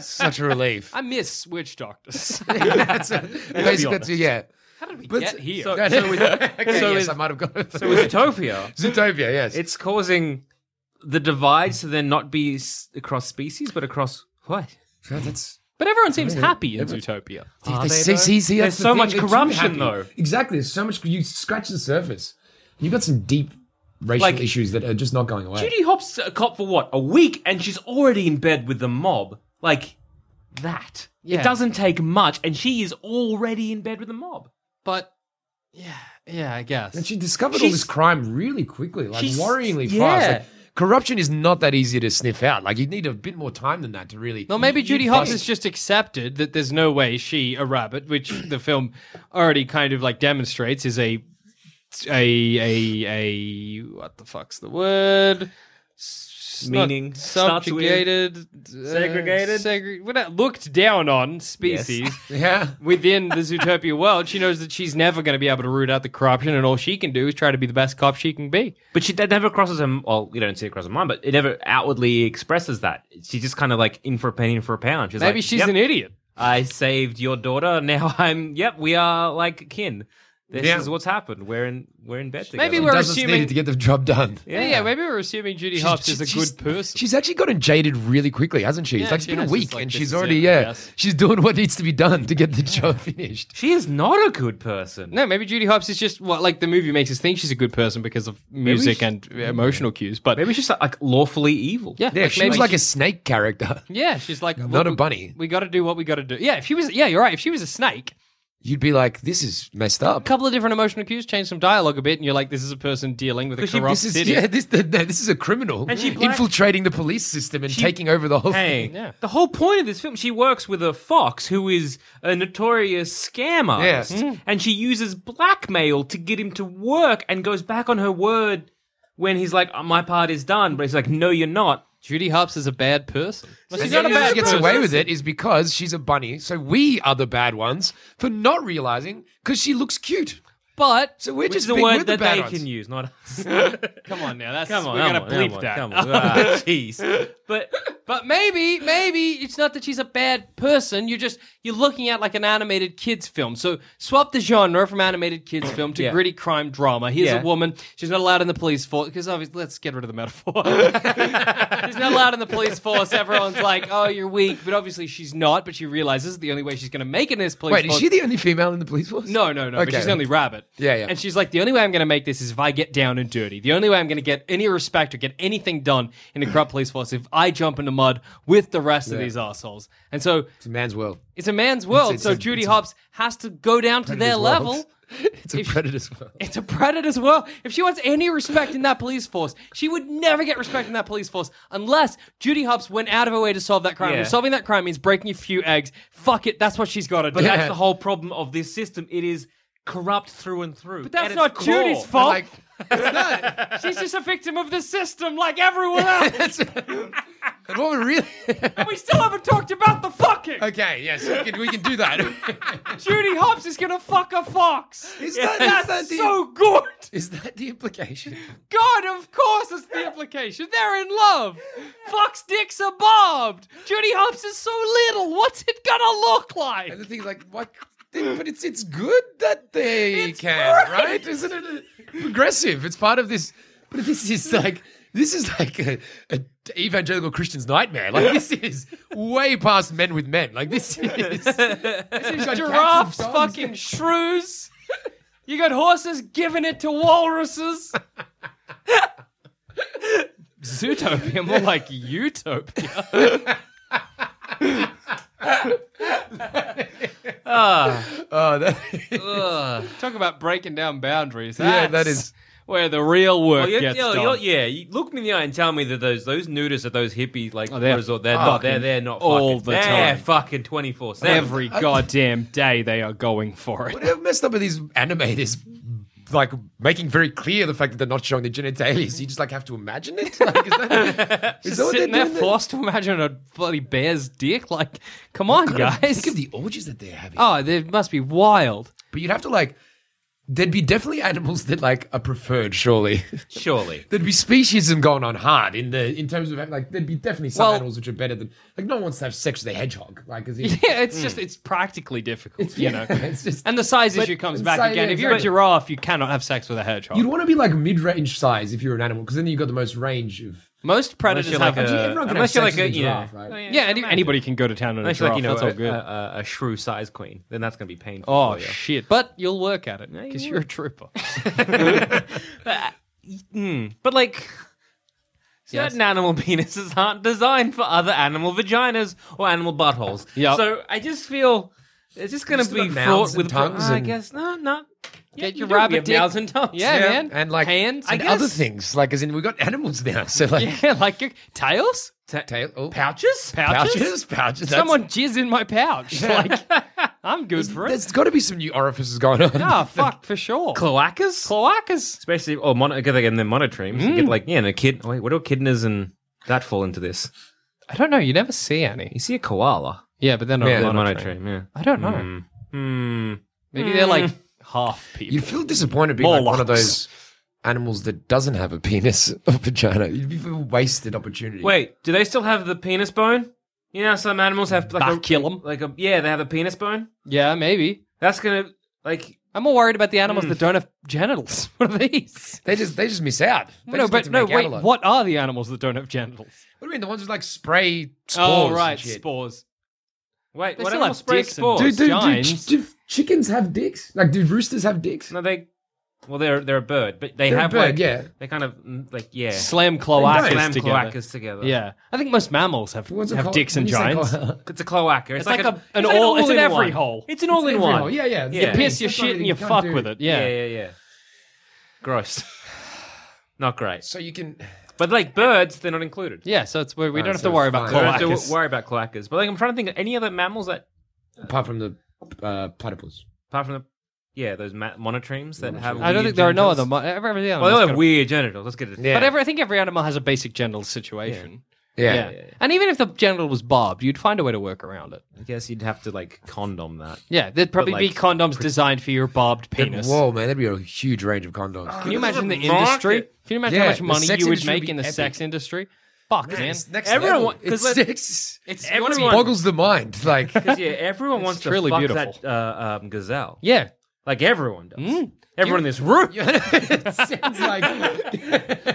[SPEAKER 8] Such a relief.
[SPEAKER 2] I miss witch doctors.
[SPEAKER 8] that's a, basically, that's, yeah.
[SPEAKER 2] How did we
[SPEAKER 8] But-
[SPEAKER 2] get here?
[SPEAKER 6] So, so with,
[SPEAKER 8] Okay,
[SPEAKER 6] so
[SPEAKER 8] yes,
[SPEAKER 6] with-
[SPEAKER 8] I might have got it.
[SPEAKER 6] so with Zootopia,
[SPEAKER 8] Zootopia, yes.
[SPEAKER 6] it's causing the divide to then not be s- across species, but across what?
[SPEAKER 8] God, that's,
[SPEAKER 2] But everyone seems happy in Zootopia.
[SPEAKER 8] they- see, see, see,
[SPEAKER 6] There's
[SPEAKER 8] that's the
[SPEAKER 6] so
[SPEAKER 8] thing.
[SPEAKER 6] much
[SPEAKER 8] They're too
[SPEAKER 6] corruption,
[SPEAKER 8] happy.
[SPEAKER 6] though.
[SPEAKER 8] Exactly. There's so much. You scratch the surface. You've got some deep racial
[SPEAKER 6] Like-
[SPEAKER 8] issues that are just not going away.
[SPEAKER 6] Judy Hopps a cop for what? A week, and she's already in bed with the mob. Like that.
[SPEAKER 2] Yeah.
[SPEAKER 6] It doesn't take much, and she is already in bed with the mob.
[SPEAKER 2] But yeah, yeah, I guess.
[SPEAKER 8] And she discovered all
[SPEAKER 6] She's-
[SPEAKER 8] this crime really quickly, like
[SPEAKER 6] She's-
[SPEAKER 8] worryingly
[SPEAKER 6] yeah.
[SPEAKER 8] fast. Like, corruption is not that easy to sniff out. Like you need a bit more time than that to really.
[SPEAKER 2] well, maybe
[SPEAKER 8] you-
[SPEAKER 2] Judy
[SPEAKER 8] you
[SPEAKER 2] Hopps
[SPEAKER 8] think.
[SPEAKER 2] has just accepted that there's no way she, a rabbit, which the film already kind of like demonstrates, is a a a a what the fuck's the word? S- not
[SPEAKER 6] Meaning, starts with-
[SPEAKER 2] subjugated, uh,
[SPEAKER 6] Segregated?
[SPEAKER 2] segre- whatever, looked down on species.
[SPEAKER 8] yeah.
[SPEAKER 2] within the Zootopia world, she knows that she's never going to be able to root out the corruption, and all she can do is try to be the best cop she can be.
[SPEAKER 6] But she that never crosses her. Well, you don't see it cross her mind, but it never outwardly expresses that. She's just kind of like in for a penny, in for a pound. She's
[SPEAKER 2] Maybe
[SPEAKER 6] like,
[SPEAKER 2] she's
[SPEAKER 6] "Yep,
[SPEAKER 2] an idiot.
[SPEAKER 6] I saved your daughter. Now I'm. Yep, we are like kin. This
[SPEAKER 8] Yeah.
[SPEAKER 6] is what's happened. We're in. We're in bed together.
[SPEAKER 2] Maybe
[SPEAKER 8] She
[SPEAKER 2] we're
[SPEAKER 8] does what's
[SPEAKER 2] assuming-
[SPEAKER 8] needed to get the job done.
[SPEAKER 2] Yeah, yeah, maybe we're assuming Judy
[SPEAKER 8] She's-
[SPEAKER 2] Hopps is a
[SPEAKER 8] she's-
[SPEAKER 2] good
[SPEAKER 8] she's-
[SPEAKER 2] person.
[SPEAKER 8] She's actually gotten jaded really quickly, hasn't she?
[SPEAKER 2] Yeah,
[SPEAKER 8] it's like it's
[SPEAKER 2] she
[SPEAKER 8] been a
[SPEAKER 2] has.
[SPEAKER 8] week,
[SPEAKER 2] It's like,
[SPEAKER 8] and
[SPEAKER 2] this
[SPEAKER 8] she's
[SPEAKER 2] is it,
[SPEAKER 8] already
[SPEAKER 2] I
[SPEAKER 8] yeah,
[SPEAKER 2] guess.
[SPEAKER 8] she's doing what needs to be done to get the job finished.
[SPEAKER 6] she is not a good person.
[SPEAKER 2] no, maybe Judy Hopps is just what like the movie makes us think she's a good person because of music
[SPEAKER 6] she-
[SPEAKER 2] and uh, emotional cues. But
[SPEAKER 6] Maybe she's like lawfully evil.
[SPEAKER 2] yeah,
[SPEAKER 8] Yeah,
[SPEAKER 2] like,
[SPEAKER 8] she
[SPEAKER 2] maybe
[SPEAKER 8] was like a snake character.
[SPEAKER 2] yeah, she's like
[SPEAKER 8] Not
[SPEAKER 2] "Look,
[SPEAKER 8] a
[SPEAKER 2] we-
[SPEAKER 8] bunny."
[SPEAKER 2] We got to do what we got to do. Yeah, if she was, yeah, you're right. If she was a snake,
[SPEAKER 8] You'd be like, "This is messed
[SPEAKER 2] a
[SPEAKER 8] up."
[SPEAKER 2] couple of different emotional cues, change some dialogue a bit, and you're like, this is a person dealing with a
[SPEAKER 6] But she-
[SPEAKER 2] corrupt
[SPEAKER 8] This is
[SPEAKER 2] city.
[SPEAKER 8] yeah, this no, this is a criminal
[SPEAKER 6] And she black-
[SPEAKER 8] infiltrating the police system and
[SPEAKER 6] She-
[SPEAKER 8] taking over the whole
[SPEAKER 6] Hey,
[SPEAKER 8] thing.
[SPEAKER 2] Yeah.
[SPEAKER 6] the whole point of this film, she works with a fox who is a notorious scam artist,
[SPEAKER 8] Yeah.
[SPEAKER 2] Mm-hmm.
[SPEAKER 6] and she uses blackmail to get him to work, and goes back on her word when he's like, "Oh, "My part is done," but he's like, "No, you're not."
[SPEAKER 2] Judy Hopps is a bad person. Well,
[SPEAKER 8] And
[SPEAKER 2] she's
[SPEAKER 8] the
[SPEAKER 2] not a
[SPEAKER 8] only reason
[SPEAKER 2] bad
[SPEAKER 8] she gets
[SPEAKER 2] person.
[SPEAKER 8] away with it is because she's a bunny. So we are the bad ones for not realizing because she looks cute.
[SPEAKER 2] But
[SPEAKER 8] So we're
[SPEAKER 6] Which is
[SPEAKER 8] just
[SPEAKER 6] the
[SPEAKER 8] big- we're
[SPEAKER 6] word that
[SPEAKER 8] bad
[SPEAKER 6] they
[SPEAKER 8] odds.
[SPEAKER 6] can use, not us.
[SPEAKER 2] come on now, that's
[SPEAKER 9] Come on,
[SPEAKER 2] we're
[SPEAKER 9] come
[SPEAKER 2] gonna
[SPEAKER 9] on,
[SPEAKER 2] bleep
[SPEAKER 9] come on,
[SPEAKER 2] that.
[SPEAKER 9] come on.
[SPEAKER 6] Ah, Jeez. but
[SPEAKER 2] But maybe, maybe it's not that she's a bad person. You're just you're looking at like an animated kids film. So swap the genre from animated kids film to
[SPEAKER 6] Yeah.
[SPEAKER 2] gritty crime drama. Here's
[SPEAKER 6] Yeah.
[SPEAKER 2] a woman. She's not allowed in the police force because obviously let's get rid of the metaphor. she's not allowed in the police force. Everyone's like, oh, you're weak, but obviously she's not. But she realizes the only way she's going to make it in this police
[SPEAKER 8] Wait, is
[SPEAKER 2] force.
[SPEAKER 8] she the only female in the police force?
[SPEAKER 2] No, no, no. But
[SPEAKER 8] Okay.
[SPEAKER 2] she's the only rabbit.
[SPEAKER 8] Yeah, yeah.
[SPEAKER 2] And she's like, the only way I'm going to make this is if I get down and dirty. The only way I'm going to get any respect or get anything done in the corrupt police force is if I jump into mud with the rest of these assholes. And so
[SPEAKER 8] It's a man's world.
[SPEAKER 2] it's a man's world.
[SPEAKER 8] it's
[SPEAKER 2] so
[SPEAKER 8] a-
[SPEAKER 2] Judy
[SPEAKER 8] it's a
[SPEAKER 2] Hopps has to go down to their
[SPEAKER 8] Predator's
[SPEAKER 2] level.
[SPEAKER 8] world. It's a predator's world.
[SPEAKER 2] It's a predator's world. If she wants any respect in that police force, she would never get respect in that police force unless Judy Hopps went out of her way to solve that crime.
[SPEAKER 6] Yeah.
[SPEAKER 2] And solving that crime means breaking a few eggs. Fuck it. That's what she's got to do.
[SPEAKER 6] but that's the whole problem of this system. It is corrupt through and through.
[SPEAKER 2] But that's
[SPEAKER 6] At its
[SPEAKER 2] not
[SPEAKER 6] core.
[SPEAKER 2] Judy's fault.
[SPEAKER 8] Like, it's not.
[SPEAKER 2] She's just a victim of the system, like everyone else.
[SPEAKER 8] That's- and what we really?
[SPEAKER 2] and we still haven't talked about the fucking.
[SPEAKER 8] okay, yes, we can, we can do that.
[SPEAKER 2] Judy Hopps is gonna fuck a fox.
[SPEAKER 8] Is that-
[SPEAKER 2] That's
[SPEAKER 8] is that the-
[SPEAKER 2] so good.
[SPEAKER 8] Is that the implication?
[SPEAKER 2] God, of course, it's the implication. They're in love. Fox dicks are barbed. Judy Hopps is so little. What's it gonna look like?
[SPEAKER 8] And the thing's like, what? But it's it's good that they
[SPEAKER 2] It's
[SPEAKER 8] can,
[SPEAKER 2] great.
[SPEAKER 8] right? Isn't it uh, progressive? It's part of this. But this is like this is like a, a evangelical Christian's nightmare. Like this is way past men with men. Like this
[SPEAKER 2] There's
[SPEAKER 8] is got
[SPEAKER 2] giraffes,
[SPEAKER 8] cats and dogs.
[SPEAKER 2] fucking shrews. You got horses giving it to walruses. Zootopia, more like utopia.
[SPEAKER 8] oh that,
[SPEAKER 2] Talk about breaking down boundaries.
[SPEAKER 8] yeah
[SPEAKER 2] That's
[SPEAKER 8] that is
[SPEAKER 2] where the real work
[SPEAKER 6] Well, you're,
[SPEAKER 2] gets
[SPEAKER 6] you're-
[SPEAKER 2] done.
[SPEAKER 6] you're- yeah, Oh, you look me in the eye and tell me that those those nudists at those hippie like
[SPEAKER 2] Oh, they're
[SPEAKER 6] resort, they're not they're
[SPEAKER 2] fucking
[SPEAKER 6] they're not
[SPEAKER 2] all
[SPEAKER 6] fucking,
[SPEAKER 2] the
[SPEAKER 6] they're
[SPEAKER 2] time.
[SPEAKER 6] fucking twenty four seven.
[SPEAKER 2] Every goddamn day they are going for it.
[SPEAKER 8] But I've messed up with these animators, like making very clear the fact that they're not showing the genitalia. So you just like have to imagine it. Like, is that, is that what they're
[SPEAKER 2] Sitting there
[SPEAKER 8] doing? there?
[SPEAKER 2] forced to imagine a bloody bear's dick. Like, come on, guys.
[SPEAKER 8] Think of the orgies that they're having.
[SPEAKER 2] Oh, they must be wild.
[SPEAKER 8] But you'd have to like, there'd be definitely animals that like are preferred. Surely
[SPEAKER 6] surely.
[SPEAKER 8] there'd be speciesism going on hard in the in terms of having, like there'd be definitely some
[SPEAKER 2] Well-
[SPEAKER 8] animals which are better than like no one wants to have sex with a hedgehog. Like, is it?
[SPEAKER 2] Yeah, it's just it's practically difficult, you know.
[SPEAKER 8] Hmm. it's just
[SPEAKER 2] And the size
[SPEAKER 8] But-
[SPEAKER 2] issue comes
[SPEAKER 8] and
[SPEAKER 2] back
[SPEAKER 8] size-
[SPEAKER 2] again.
[SPEAKER 8] yeah,
[SPEAKER 2] if you're a
[SPEAKER 8] exactly.
[SPEAKER 2] giraffe, you cannot have sex with a hedgehog.
[SPEAKER 8] You'd want to be like mid-range size if you're an animal, because then you've got the most range of.
[SPEAKER 2] Most predators
[SPEAKER 6] Unless you're
[SPEAKER 2] have
[SPEAKER 6] like a,
[SPEAKER 8] Everyone can
[SPEAKER 6] unless
[SPEAKER 8] have
[SPEAKER 6] you're like
[SPEAKER 8] sex
[SPEAKER 6] a
[SPEAKER 8] with a
[SPEAKER 6] you know,
[SPEAKER 8] giraffe, right?
[SPEAKER 6] oh,
[SPEAKER 2] yeah, any, anybody can go to town on a
[SPEAKER 6] unless
[SPEAKER 2] giraffe.
[SPEAKER 6] you're like you know
[SPEAKER 2] That's all
[SPEAKER 6] a,
[SPEAKER 2] good.
[SPEAKER 6] a, a, a shrew size queen, then that's gonna be painful.
[SPEAKER 2] oh
[SPEAKER 6] for you.
[SPEAKER 2] shit! But you'll work at it because
[SPEAKER 6] you
[SPEAKER 2] you are a trooper.
[SPEAKER 6] But like certain animal penises aren't designed for other animal vaginas or animal buttholes.
[SPEAKER 2] Yep.
[SPEAKER 6] So I just feel it's just gonna
[SPEAKER 8] Just
[SPEAKER 6] be
[SPEAKER 8] about mouths
[SPEAKER 6] fraught
[SPEAKER 8] and
[SPEAKER 6] with
[SPEAKER 8] tongues
[SPEAKER 6] I
[SPEAKER 8] and-
[SPEAKER 6] guess no, no. Yeah,
[SPEAKER 2] Get
[SPEAKER 6] you
[SPEAKER 2] your
[SPEAKER 6] do. We
[SPEAKER 2] rabbit
[SPEAKER 6] have
[SPEAKER 2] dick.
[SPEAKER 6] mouths and tongues.
[SPEAKER 2] Yeah, man.
[SPEAKER 8] and like
[SPEAKER 2] hands.
[SPEAKER 8] and
[SPEAKER 2] I
[SPEAKER 8] other
[SPEAKER 2] guess.
[SPEAKER 8] things. Like, as in, we've got animals now, so like
[SPEAKER 2] Yeah, like your tails.
[SPEAKER 8] tail, oh,
[SPEAKER 2] Pouches? Pouches?
[SPEAKER 8] pouches, pouches. that's-
[SPEAKER 2] Someone jizz in my pouch. Like I'm good for it.
[SPEAKER 8] there's got to be some new orifices going on.
[SPEAKER 2] Ah, fuck for sure.
[SPEAKER 6] Cloacas?
[SPEAKER 2] Cloacas.
[SPEAKER 6] Especially, or oh, mon- get again, then monotremes. You get like, yeah, and a kid. oh, Wait, what do echidnas and that fall into this?
[SPEAKER 2] I don't know. You never see
[SPEAKER 6] You
[SPEAKER 2] any.
[SPEAKER 6] see a koala.
[SPEAKER 2] Yeah, but they're not
[SPEAKER 8] Yeah,
[SPEAKER 6] A
[SPEAKER 8] they're
[SPEAKER 2] monotreme.
[SPEAKER 6] monotreme, yeah.
[SPEAKER 2] I don't know. Hmm.
[SPEAKER 6] Hmm.
[SPEAKER 2] Maybe they're like half people.
[SPEAKER 8] You'd feel disappointed being like one of
[SPEAKER 2] Morlocks.
[SPEAKER 8] those animals that doesn't have a penis or vagina. You'd be a wasted opportunity.
[SPEAKER 6] Wait, do they still have the penis bone? You know, how some animals have like a
[SPEAKER 2] Baculum.
[SPEAKER 6] Like a yeah, they have a penis bone.
[SPEAKER 2] yeah, maybe.
[SPEAKER 6] That's gonna like
[SPEAKER 2] I'm more worried about the animals that don't have genitals. What are these?
[SPEAKER 8] they just they just miss out. They
[SPEAKER 2] no,
[SPEAKER 8] just get
[SPEAKER 2] but
[SPEAKER 8] to
[SPEAKER 2] no,
[SPEAKER 8] make out a
[SPEAKER 2] wait.
[SPEAKER 8] lot.
[SPEAKER 2] What are the animals that don't have genitals?
[SPEAKER 8] What do you mean? The ones with like spray spores?
[SPEAKER 2] oh,
[SPEAKER 8] and
[SPEAKER 2] right,
[SPEAKER 8] shit.
[SPEAKER 2] spores.
[SPEAKER 6] wait.
[SPEAKER 2] They
[SPEAKER 6] what
[SPEAKER 2] still
[SPEAKER 6] animal
[SPEAKER 2] have
[SPEAKER 6] sprays
[SPEAKER 2] dicks and-
[SPEAKER 6] spores?
[SPEAKER 8] Do, do, do,
[SPEAKER 2] Giants.
[SPEAKER 8] do chickens have dicks? Like, do roosters have dicks?
[SPEAKER 6] No, they. Well, they're they're a bird, but they
[SPEAKER 8] They're a
[SPEAKER 6] have
[SPEAKER 8] bird,
[SPEAKER 6] like
[SPEAKER 8] yeah.
[SPEAKER 6] they kind of mm, like yeah.
[SPEAKER 2] Slam cloacas
[SPEAKER 6] Slam
[SPEAKER 2] together.
[SPEAKER 6] cloacas together.
[SPEAKER 2] Yeah, I think most mammals have
[SPEAKER 8] What's it
[SPEAKER 2] have
[SPEAKER 8] called?
[SPEAKER 2] dicks and
[SPEAKER 8] When you say
[SPEAKER 2] giants.
[SPEAKER 8] called-
[SPEAKER 6] It's a cloaca.
[SPEAKER 2] It's
[SPEAKER 6] It's,
[SPEAKER 2] like a- an
[SPEAKER 6] it's like
[SPEAKER 2] all- it's an every
[SPEAKER 6] all-in-one.
[SPEAKER 2] hole.
[SPEAKER 6] It's an all in
[SPEAKER 8] Everyone,
[SPEAKER 6] one.
[SPEAKER 8] Yeah, yeah.
[SPEAKER 6] Yeah.
[SPEAKER 8] That's
[SPEAKER 2] Piss your
[SPEAKER 8] something
[SPEAKER 2] shit and
[SPEAKER 8] you
[SPEAKER 2] you
[SPEAKER 8] can't
[SPEAKER 2] fuck
[SPEAKER 8] do.
[SPEAKER 2] with it.
[SPEAKER 6] yeah,
[SPEAKER 2] Yeah.
[SPEAKER 6] yeah, yeah. Gross. Not great.
[SPEAKER 8] So you can.
[SPEAKER 6] But like birds, they're not included.
[SPEAKER 2] Yeah, so it's we, we don't have
[SPEAKER 8] so
[SPEAKER 2] to worry
[SPEAKER 8] it's
[SPEAKER 2] about
[SPEAKER 8] fine.
[SPEAKER 6] We don't have to
[SPEAKER 2] cloacas.
[SPEAKER 6] worry about cloacas. But like, I'm trying to think of any other mammals that
[SPEAKER 8] Apart from the uh, platypus.
[SPEAKER 6] apart from the yeah those ma- monotremes that have.
[SPEAKER 2] I don't
[SPEAKER 6] weird
[SPEAKER 2] think there are no
[SPEAKER 6] genitals.
[SPEAKER 2] other. Mo- every, every
[SPEAKER 6] Well, they all
[SPEAKER 2] animal's
[SPEAKER 6] have
[SPEAKER 2] got a-
[SPEAKER 6] weird genitals. Let's get it.
[SPEAKER 8] Yeah.
[SPEAKER 2] But every, I think every animal has a basic genital situation.
[SPEAKER 8] Yeah.
[SPEAKER 2] And even if the genital was barbed, you'd find a way to work around it.
[SPEAKER 6] I guess you'd have to like condom that.
[SPEAKER 2] Yeah, there'd probably be
[SPEAKER 6] like,
[SPEAKER 2] condoms designed for your barbed penis.
[SPEAKER 8] Whoa, man, that'd be a huge range of condoms.
[SPEAKER 2] Can you imagine the industry? Can you imagine
[SPEAKER 8] Yeah,
[SPEAKER 2] how much
[SPEAKER 8] the
[SPEAKER 2] money
[SPEAKER 8] sex
[SPEAKER 2] you would
[SPEAKER 8] industry would
[SPEAKER 2] make
[SPEAKER 8] be
[SPEAKER 2] in the
[SPEAKER 8] epic.
[SPEAKER 2] sex industry? Fuck, man.
[SPEAKER 8] It's next
[SPEAKER 6] Everyone
[SPEAKER 8] level.
[SPEAKER 6] wa- 'cause
[SPEAKER 8] it's
[SPEAKER 6] let-
[SPEAKER 8] sex.
[SPEAKER 2] It's
[SPEAKER 6] Everyone-
[SPEAKER 2] everyone.
[SPEAKER 8] boggles the mind. Like,
[SPEAKER 6] Because yeah, everyone wants to
[SPEAKER 2] truly
[SPEAKER 6] fuck
[SPEAKER 2] beautiful. Mm.
[SPEAKER 6] that uh, um, gazelle.
[SPEAKER 2] Yeah.
[SPEAKER 6] Like everyone does. Everyone in this room.
[SPEAKER 8] it sounds like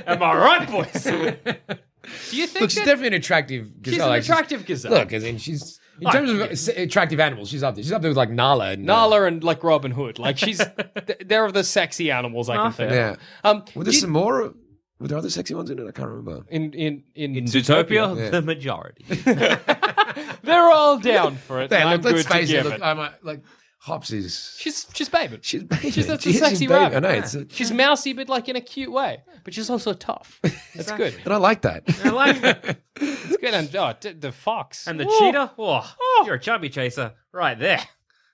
[SPEAKER 6] Am I right, boys?
[SPEAKER 2] Do you think
[SPEAKER 8] look, she's
[SPEAKER 2] that-
[SPEAKER 8] definitely an attractive. Gazelle.
[SPEAKER 2] an
[SPEAKER 8] like,
[SPEAKER 2] attractive gazelle.
[SPEAKER 8] Look, as in she's in terms of s- attractive animals, she's up there. She's up there with like Nala and uh,
[SPEAKER 2] Nala and like Robin Hood, like she's th- they're the sexy animals I can
[SPEAKER 6] fair.
[SPEAKER 2] think. of.
[SPEAKER 8] yeah.
[SPEAKER 2] Um,
[SPEAKER 8] Were
[SPEAKER 2] do
[SPEAKER 8] there
[SPEAKER 2] you-
[SPEAKER 8] some more? Were there other sexy ones in it? I can't remember.
[SPEAKER 2] in in in,
[SPEAKER 6] In Zootopia,
[SPEAKER 8] Yeah.
[SPEAKER 6] the majority.
[SPEAKER 2] they're all down for it.
[SPEAKER 8] Hey,
[SPEAKER 2] and
[SPEAKER 8] look,
[SPEAKER 2] I'm
[SPEAKER 8] let's
[SPEAKER 2] good to
[SPEAKER 8] face it.
[SPEAKER 2] give
[SPEAKER 8] Look,
[SPEAKER 2] it.
[SPEAKER 8] I'm a, like Hops is.
[SPEAKER 2] She's she's baby.
[SPEAKER 8] She's baby.
[SPEAKER 2] She's that's
[SPEAKER 8] She
[SPEAKER 2] a
[SPEAKER 8] is
[SPEAKER 2] sexy
[SPEAKER 8] baby.
[SPEAKER 2] rabbit.
[SPEAKER 8] I know. It's a-
[SPEAKER 2] She's mousy, but like in a cute way. But she's also tough. That's good.
[SPEAKER 8] and I like that.
[SPEAKER 6] I like that.
[SPEAKER 2] That's good. And oh, d- the fox
[SPEAKER 6] And the
[SPEAKER 2] Whoa.
[SPEAKER 6] cheetah. Oh, you're a chubby chaser right there.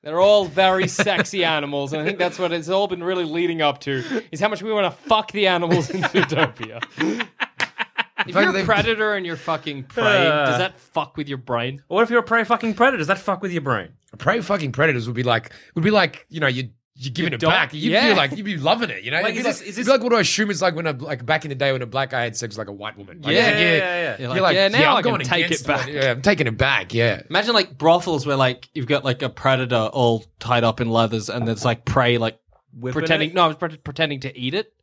[SPEAKER 2] They're all very sexy animals, and I think that's what it's all been really leading up to is how much we want to fuck the animals in Zootopia. if
[SPEAKER 8] fact
[SPEAKER 2] you're
[SPEAKER 8] they-
[SPEAKER 2] a predator and you're fucking prey,
[SPEAKER 6] Uh.
[SPEAKER 2] does that fuck with your brain?
[SPEAKER 6] What if you're a prey fucking predator? Does that fuck with your brain?
[SPEAKER 8] Prey fucking predators would be like would be like you know you you're giving it
[SPEAKER 2] don't-
[SPEAKER 8] back. You'd
[SPEAKER 2] yeah.
[SPEAKER 8] be like you'd be loving it. You know,
[SPEAKER 6] Like, is
[SPEAKER 8] It'd be
[SPEAKER 6] this- is this-
[SPEAKER 8] it'd be like what I assume it's like when a like back in the day when a black guy had sex with like a white woman. Like,
[SPEAKER 2] Yeah,
[SPEAKER 6] yeah, yeah, yeah.
[SPEAKER 2] You're
[SPEAKER 8] You're
[SPEAKER 2] like,
[SPEAKER 8] like,
[SPEAKER 2] yeah, now
[SPEAKER 8] I'm
[SPEAKER 2] I can
[SPEAKER 8] going
[SPEAKER 2] take
[SPEAKER 8] against
[SPEAKER 2] it back.
[SPEAKER 8] what- Yeah, I'm taking it back. Yeah.
[SPEAKER 2] Imagine like brothels where like you've got like a predator all tied up in leathers, and there's like prey like
[SPEAKER 6] Whipping
[SPEAKER 2] pretending
[SPEAKER 6] it?
[SPEAKER 2] no, it's pre- pretending to eat it,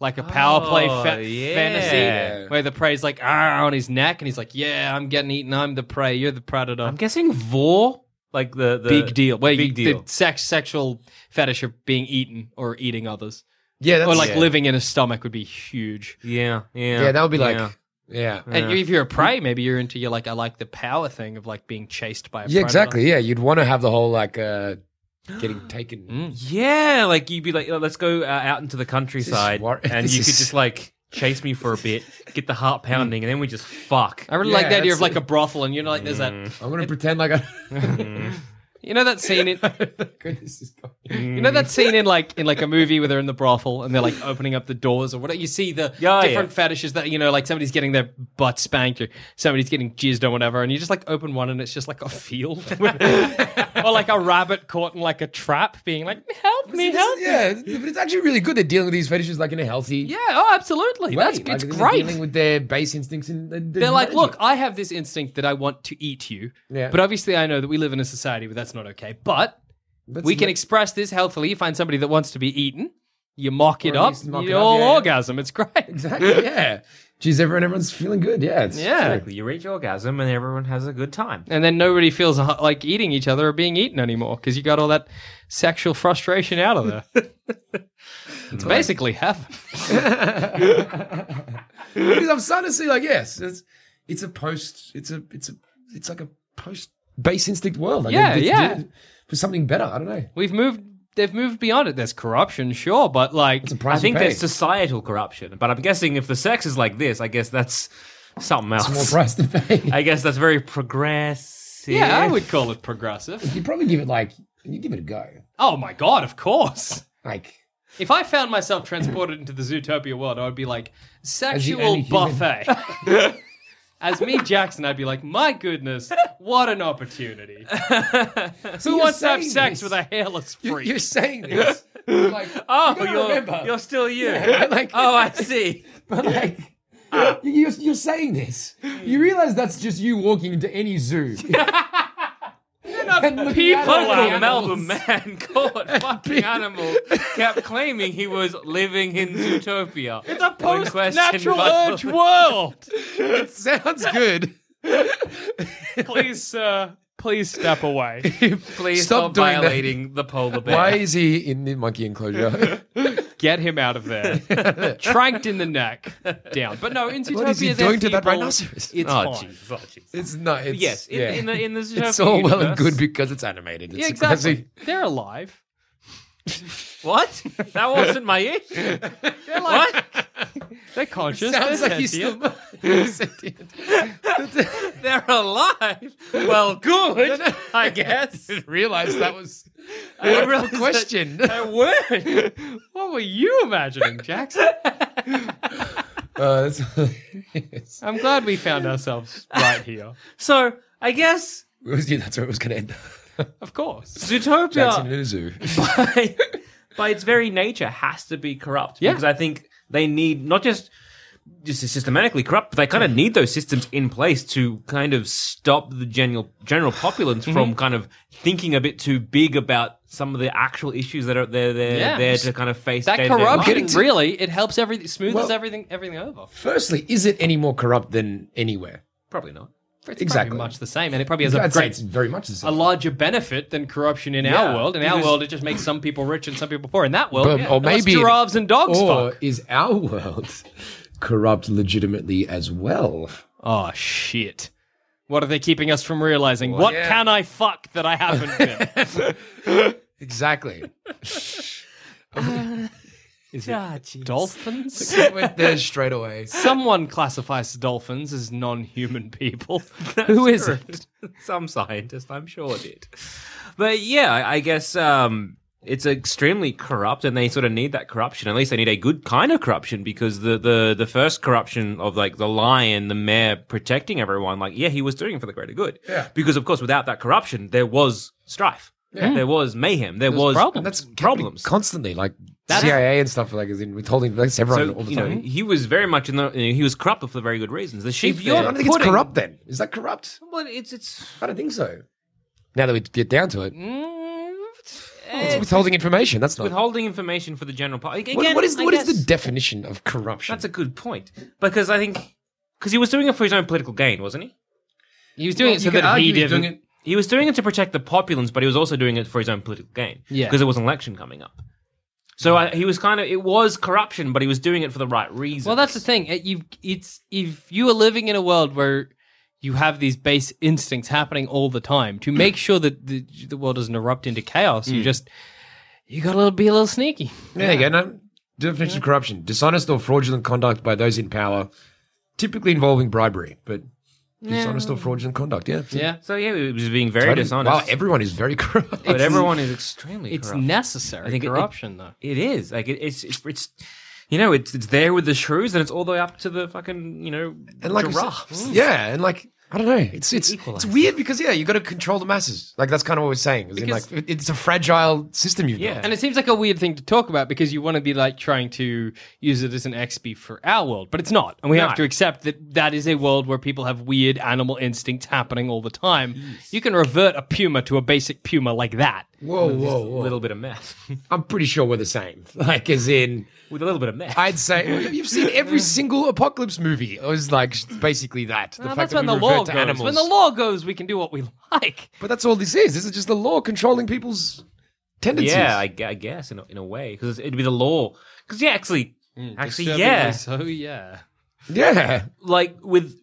[SPEAKER 2] like a power play
[SPEAKER 6] Oh,
[SPEAKER 2] fa-
[SPEAKER 6] yeah.
[SPEAKER 2] fantasy where the prey's like ah on his neck, and he's like, yeah, I'm getting eaten. I'm the prey. You're the predator.
[SPEAKER 6] I'm guessing vor, like the, the
[SPEAKER 2] big deal. Where
[SPEAKER 6] big
[SPEAKER 2] you,
[SPEAKER 6] deal.
[SPEAKER 2] The sex sexual fetish of being eaten or eating others,
[SPEAKER 8] Yeah, that's
[SPEAKER 2] or like
[SPEAKER 8] yeah.
[SPEAKER 2] living in a stomach would be huge.
[SPEAKER 6] yeah, yeah,
[SPEAKER 8] Yeah, that would be like
[SPEAKER 6] yeah.
[SPEAKER 8] yeah. Yeah,
[SPEAKER 2] And if you're a prey, maybe you're into your like I like the power thing of like being chased by a predator.
[SPEAKER 8] exactly. Yeah, you'd want to have the whole like uh getting taken.
[SPEAKER 2] Mm.
[SPEAKER 6] Yeah, like you'd be like, "Oh, let's go uh, out into the countryside,
[SPEAKER 8] war-
[SPEAKER 6] and
[SPEAKER 8] this
[SPEAKER 6] you could
[SPEAKER 8] is-
[SPEAKER 6] just like chase me for a bit, get the heart pounding, and then we just fuck.
[SPEAKER 2] I really
[SPEAKER 8] Yeah,
[SPEAKER 2] like the idea of
[SPEAKER 8] that's-
[SPEAKER 2] like a brothel, and you know, like there's that,
[SPEAKER 8] I'm gonna pretend like I.
[SPEAKER 2] you know, that scene in,
[SPEAKER 8] God, this is going-
[SPEAKER 2] you know, that scene in like in like a movie where they're in the brothel and they're like opening up the doors or whatever. You see the
[SPEAKER 6] Yeah,
[SPEAKER 2] different
[SPEAKER 6] yeah.
[SPEAKER 2] fetishes that you know, like somebody's getting their butt spanked or somebody's getting jizzed or whatever, and you just like open one and it's just like a field, or like a rabbit caught in like a trap, being like, "Help me, help me!"
[SPEAKER 8] yeah, but it's actually really good. They're dealing with these fetishes like in a healthy.
[SPEAKER 2] Yeah, oh, absolutely.
[SPEAKER 8] way.
[SPEAKER 2] That's
[SPEAKER 8] Like,
[SPEAKER 2] it's
[SPEAKER 8] they're
[SPEAKER 2] great.
[SPEAKER 8] Dealing with their base instincts and, and
[SPEAKER 2] They're like, look, I have this instinct that I want to eat you.
[SPEAKER 8] Yeah.
[SPEAKER 2] But obviously, I know that we live in a society where that's not okay. But we can express this healthily. You find somebody that wants to be eaten, you mock it
[SPEAKER 8] Or at
[SPEAKER 2] up,
[SPEAKER 8] least mock
[SPEAKER 2] you
[SPEAKER 8] it up,
[SPEAKER 2] all
[SPEAKER 8] yeah, yeah.
[SPEAKER 2] orgasm. It's great.
[SPEAKER 8] exactly. Yeah, geez, everyone, everyone's feeling good. Yeah, it's,
[SPEAKER 2] Yeah.
[SPEAKER 6] Exactly. You reach orgasm, and everyone has a good time.
[SPEAKER 2] And then nobody feels uh, like eating each other or being eaten anymore because you got all that sexual frustration out of there. it's basically heaven.
[SPEAKER 8] Because I'm starting to see like, yes, it's it's a post, it's a it's a it's like a post base instinct world. Like,
[SPEAKER 2] Yeah,
[SPEAKER 8] it's-
[SPEAKER 2] yeah.
[SPEAKER 8] For something better, I don't know.
[SPEAKER 2] We've moved. They've moved beyond it. There's corruption, sure, but like
[SPEAKER 8] It's a
[SPEAKER 6] I
[SPEAKER 8] price.
[SPEAKER 6] think
[SPEAKER 8] you pay.
[SPEAKER 6] there's societal corruption, but I'm guessing if the sex is like this, I guess that's something else.
[SPEAKER 8] It's more price to pay.
[SPEAKER 6] I guess that's very progressive.
[SPEAKER 2] yeah, I would call it progressive.
[SPEAKER 8] you probably give it like you give it a go.
[SPEAKER 2] Oh my god, of course.
[SPEAKER 8] Like
[SPEAKER 2] If I found myself transported into the Zootopia world, I would be like, sexual
[SPEAKER 8] only human.
[SPEAKER 2] buffet. As me, Jackson, I'd be like, my goodness, what an opportunity. Who
[SPEAKER 8] you're
[SPEAKER 2] wants to have
[SPEAKER 8] saying
[SPEAKER 2] sex
[SPEAKER 8] this-
[SPEAKER 2] with a hairless
[SPEAKER 8] you're,
[SPEAKER 2] freak?
[SPEAKER 8] you're saying this. like
[SPEAKER 6] Oh,
[SPEAKER 8] you gotta
[SPEAKER 6] you're
[SPEAKER 8] remember.
[SPEAKER 6] you're still you.
[SPEAKER 8] like-
[SPEAKER 6] oh, I see.
[SPEAKER 8] But like, you- you're, you're saying this. You realize that's just you walking into any zoo. And looking
[SPEAKER 2] people
[SPEAKER 8] at all the
[SPEAKER 6] Local
[SPEAKER 8] animals.
[SPEAKER 6] Melbourne man caught fucking animal kept claiming he was living in Zootopia. It's a
[SPEAKER 2] Natural urge world.
[SPEAKER 8] It sounds good.
[SPEAKER 2] Please, sir, please step away.
[SPEAKER 6] Please
[SPEAKER 8] Stop
[SPEAKER 6] stop,
[SPEAKER 8] doing that.
[SPEAKER 6] violating the polar bear.
[SPEAKER 8] Why is he in the monkey enclosure?
[SPEAKER 2] Get him out of there. Tranked in the neck, down. But no, in Zootopia,
[SPEAKER 8] What is he
[SPEAKER 2] they're
[SPEAKER 8] doing to that
[SPEAKER 2] people.
[SPEAKER 8] rhinoceros?
[SPEAKER 2] It's
[SPEAKER 6] Oh
[SPEAKER 2] fine.
[SPEAKER 6] jeez. Oh jeez.
[SPEAKER 8] It's not. It's,
[SPEAKER 6] Yes, in,
[SPEAKER 8] yeah.
[SPEAKER 6] in the in the Zootopia
[SPEAKER 8] it's all well and
[SPEAKER 6] universe-
[SPEAKER 8] good because it's animated. It's
[SPEAKER 2] Yeah, exactly.
[SPEAKER 8] classic-
[SPEAKER 2] They're alive.
[SPEAKER 6] What? That wasn't my issue.
[SPEAKER 2] They're like,
[SPEAKER 6] What?
[SPEAKER 2] They're conscious.
[SPEAKER 8] Sounds
[SPEAKER 2] they're
[SPEAKER 8] like he's
[SPEAKER 2] sentient.
[SPEAKER 8] still. sentient.
[SPEAKER 6] They're alive. Well, good. I guess.
[SPEAKER 8] Realized that was
[SPEAKER 6] I realized
[SPEAKER 8] the
[SPEAKER 6] that
[SPEAKER 8] question.
[SPEAKER 6] They were.
[SPEAKER 2] What were you imagining, Jackson?
[SPEAKER 8] Uh, that's-
[SPEAKER 2] I'm glad we found ourselves right here.
[SPEAKER 6] So I guess
[SPEAKER 8] Yeah, that's where it was going to end.
[SPEAKER 2] Of course.
[SPEAKER 8] Jackson
[SPEAKER 6] Zootopia,
[SPEAKER 8] Luzu.
[SPEAKER 6] by, by its very nature, has to be corrupt.
[SPEAKER 2] Yeah.
[SPEAKER 6] Because I think they need not just just systematically corrupt, but they kind of need those systems in place to kind of stop the general general populace
[SPEAKER 2] Mm-hmm.
[SPEAKER 6] from kind of thinking a bit too big about some of the actual issues that are they're, they're
[SPEAKER 2] Yeah.
[SPEAKER 6] there to kind of face.
[SPEAKER 2] That
[SPEAKER 6] day-to-day life.
[SPEAKER 2] corruption
[SPEAKER 8] Getting to-
[SPEAKER 2] really it helps everything smoothes
[SPEAKER 8] Well-
[SPEAKER 2] everything everything over.
[SPEAKER 8] Firstly, is it any more corrupt than anywhere?
[SPEAKER 6] Probably not.
[SPEAKER 2] It's
[SPEAKER 8] Exactly.
[SPEAKER 2] probably much the same, and it probably has a
[SPEAKER 8] I'd say
[SPEAKER 2] great
[SPEAKER 8] it's very much the same.
[SPEAKER 2] a larger benefit than corruption in
[SPEAKER 6] Yeah,
[SPEAKER 2] our world. In our
[SPEAKER 6] because-
[SPEAKER 2] world, it just makes some people rich and some people poor. In that world,
[SPEAKER 8] But-
[SPEAKER 2] Oh, yeah,
[SPEAKER 8] or
[SPEAKER 2] unless
[SPEAKER 8] maybe
[SPEAKER 2] giraffes and dogs
[SPEAKER 8] Or
[SPEAKER 2] fuck.
[SPEAKER 8] is our world corrupt legitimately as well?
[SPEAKER 2] Oh shit! What are they keeping us from realizing? what
[SPEAKER 8] yeah.
[SPEAKER 2] can I fuck that I haven't been?
[SPEAKER 8] Exactly.
[SPEAKER 2] Is it dolphins?
[SPEAKER 8] Went there straight away.
[SPEAKER 2] Someone classifies dolphins as non-human people. Who is it?
[SPEAKER 6] some scientist, I'm sure did. But yeah, I- I guess um, it's extremely corrupt, and they sort of need that corruption. At least they need a good kind of corruption because the the the first corruption of like the lion, the mayor protecting everyone, like yeah, he was doing it for the greater good. Yeah. Because of course, without that corruption, there was strife. There was mayhem. There, was,
[SPEAKER 2] problems.
[SPEAKER 8] Hmm. That's problems
[SPEAKER 6] problems.
[SPEAKER 8] constantly, like CIA and stuff, like is in withholding. That's everyone
[SPEAKER 6] so
[SPEAKER 8] all the
[SPEAKER 6] you know,
[SPEAKER 8] time.
[SPEAKER 6] he was very much in the. you know, he was corrupt but for very good reasons. The sheep.
[SPEAKER 2] If you're
[SPEAKER 8] I
[SPEAKER 6] there-
[SPEAKER 8] don't think it's
[SPEAKER 2] pudding.
[SPEAKER 8] corrupt. Then is that corrupt?
[SPEAKER 6] Well, it's it's
[SPEAKER 8] I don't think so. Now that we get down to it, it's
[SPEAKER 2] Mm,
[SPEAKER 8] withholding information. That's not.
[SPEAKER 6] withholding information for the general public.
[SPEAKER 8] What-
[SPEAKER 6] Again,
[SPEAKER 8] what is
[SPEAKER 6] I
[SPEAKER 8] what is
[SPEAKER 6] guess-
[SPEAKER 8] the definition of corruption?
[SPEAKER 6] That's a good point because I think because he was doing it for his own political gain, wasn't he?
[SPEAKER 2] he was doing it so that he didn't.
[SPEAKER 6] He was doing it to protect the populace, but he was also doing it for his own political gain.
[SPEAKER 2] Yeah.
[SPEAKER 6] because there was an election coming up. So I, he was kind of it was corruption, but he was doing it for the right reason.
[SPEAKER 2] Well, that's the thing. It- You, it's if you are living in a world where you have these base instincts happening all the time to make sure that the, the world doesn't erupt into chaos.
[SPEAKER 6] Hmm.
[SPEAKER 2] You just you got to be a little sneaky.
[SPEAKER 8] There you go. No, definition of corruption: dishonest or fraudulent conduct by those in power, typically involving bribery. But dishonest or fraudulent conduct, yeah,
[SPEAKER 2] Yeah,
[SPEAKER 6] So yeah, he was being very
[SPEAKER 8] Totally.
[SPEAKER 6] dishonest.
[SPEAKER 8] Wow, everyone is very corrupt.
[SPEAKER 6] but everyone is extremely
[SPEAKER 2] it's
[SPEAKER 6] corrupt.
[SPEAKER 2] necessary.
[SPEAKER 6] I think it-
[SPEAKER 2] corruption though.
[SPEAKER 6] It is like it, it's, it's it's you know it's it's there with the shrews, and it's all the way up to the fucking you know
[SPEAKER 8] and like I said-
[SPEAKER 6] giraffes.
[SPEAKER 8] yeah, and like I don't know, it's it's it's
[SPEAKER 6] Equalizer.
[SPEAKER 8] weird because yeah, you got to control the masses. Like that's kind of what we're saying. Because,
[SPEAKER 2] Because-
[SPEAKER 8] like it- it's a fragile system you've
[SPEAKER 6] Yeah.
[SPEAKER 8] got.
[SPEAKER 2] And it seems like a weird thing to talk about because you want to be like trying to use it as an XP for our world, but it's not. And we
[SPEAKER 6] No.
[SPEAKER 2] have to accept that that is a world where people have weird animal instincts happening all the time. You can revert a puma to a basic puma like that.
[SPEAKER 8] Whoa, whoa,
[SPEAKER 6] a little bit of meth
[SPEAKER 8] I'm pretty sure we're the same. Like as in,
[SPEAKER 6] with a little bit of meth.
[SPEAKER 8] I'd say you've seen every single apocalypse movie. It was like basically that. The
[SPEAKER 2] Well, that's
[SPEAKER 8] fact that
[SPEAKER 2] when the
[SPEAKER 8] we revert
[SPEAKER 2] law
[SPEAKER 8] to
[SPEAKER 2] goes.
[SPEAKER 8] animals.
[SPEAKER 2] When the law goes, we can do what we like.
[SPEAKER 8] But that's all this is. This is just the law controlling people's tendencies.
[SPEAKER 6] Yeah, I, gu- I guess in a, in a way because it'd be the law. Because yeah, actually,
[SPEAKER 2] Mm,
[SPEAKER 6] actually,
[SPEAKER 2] Disturbingly
[SPEAKER 6] yeah,
[SPEAKER 2] So yeah.
[SPEAKER 8] yeah.
[SPEAKER 6] like with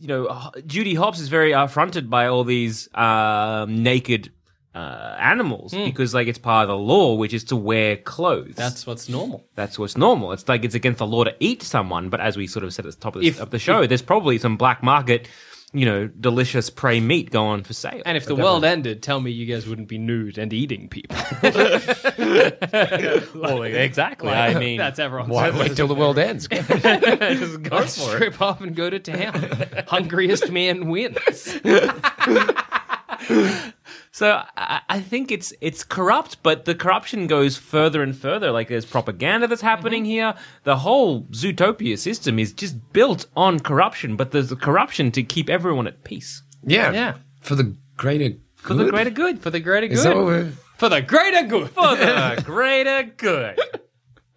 [SPEAKER 6] you know, H- Judy Hopps is very affronted by all these um, naked uh, animals because like it's part of the law, which is to wear clothes.
[SPEAKER 2] Hmm. That's what's normal.
[SPEAKER 6] that's what's normal. It's like it's against the law to eat someone, but as we sort of said at the top of, this,
[SPEAKER 2] If-
[SPEAKER 6] of the show, there's probably some black market, you know, delicious prey meat going for sale.
[SPEAKER 2] And if the world ended, tell me you guys wouldn't be nude and eating people.
[SPEAKER 6] Well, exactly, I mean,
[SPEAKER 2] That's everyone's.
[SPEAKER 8] Why wait till the world ends?
[SPEAKER 6] just go
[SPEAKER 2] Let's strip off and go to town. Hungriest man wins.
[SPEAKER 6] So I, I think it's it's corrupt, but the corruption goes further and further. Like there's propaganda that's happening here. The whole Zootopia system is just built on corruption, but there's the corruption to keep everyone at peace
[SPEAKER 8] yeah.
[SPEAKER 2] Yeah.
[SPEAKER 8] For the greater
[SPEAKER 6] for the greater good.
[SPEAKER 2] For the greater good.
[SPEAKER 8] Is that what we're-
[SPEAKER 2] For the greater good.
[SPEAKER 6] For the greater good.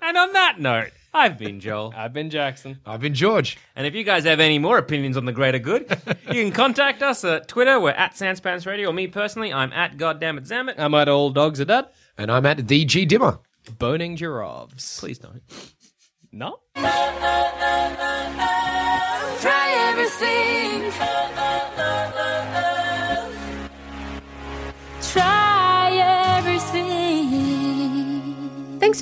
[SPEAKER 6] And on that note, I've been Joel.
[SPEAKER 2] I've been Jackson.
[SPEAKER 8] I've been George.
[SPEAKER 6] And if you guys have any more opinions on the greater good, you can contact us at Twitter. We're at Sanspants Radio. Or me personally, I'm at Goddammit
[SPEAKER 2] I'm at Old Dogs Are Dead.
[SPEAKER 8] And I'm at DG Dimmer.
[SPEAKER 2] Boning giraffes.
[SPEAKER 6] Please don't.
[SPEAKER 2] No?
[SPEAKER 9] Try everything. Try everything.
[SPEAKER 10] Thanks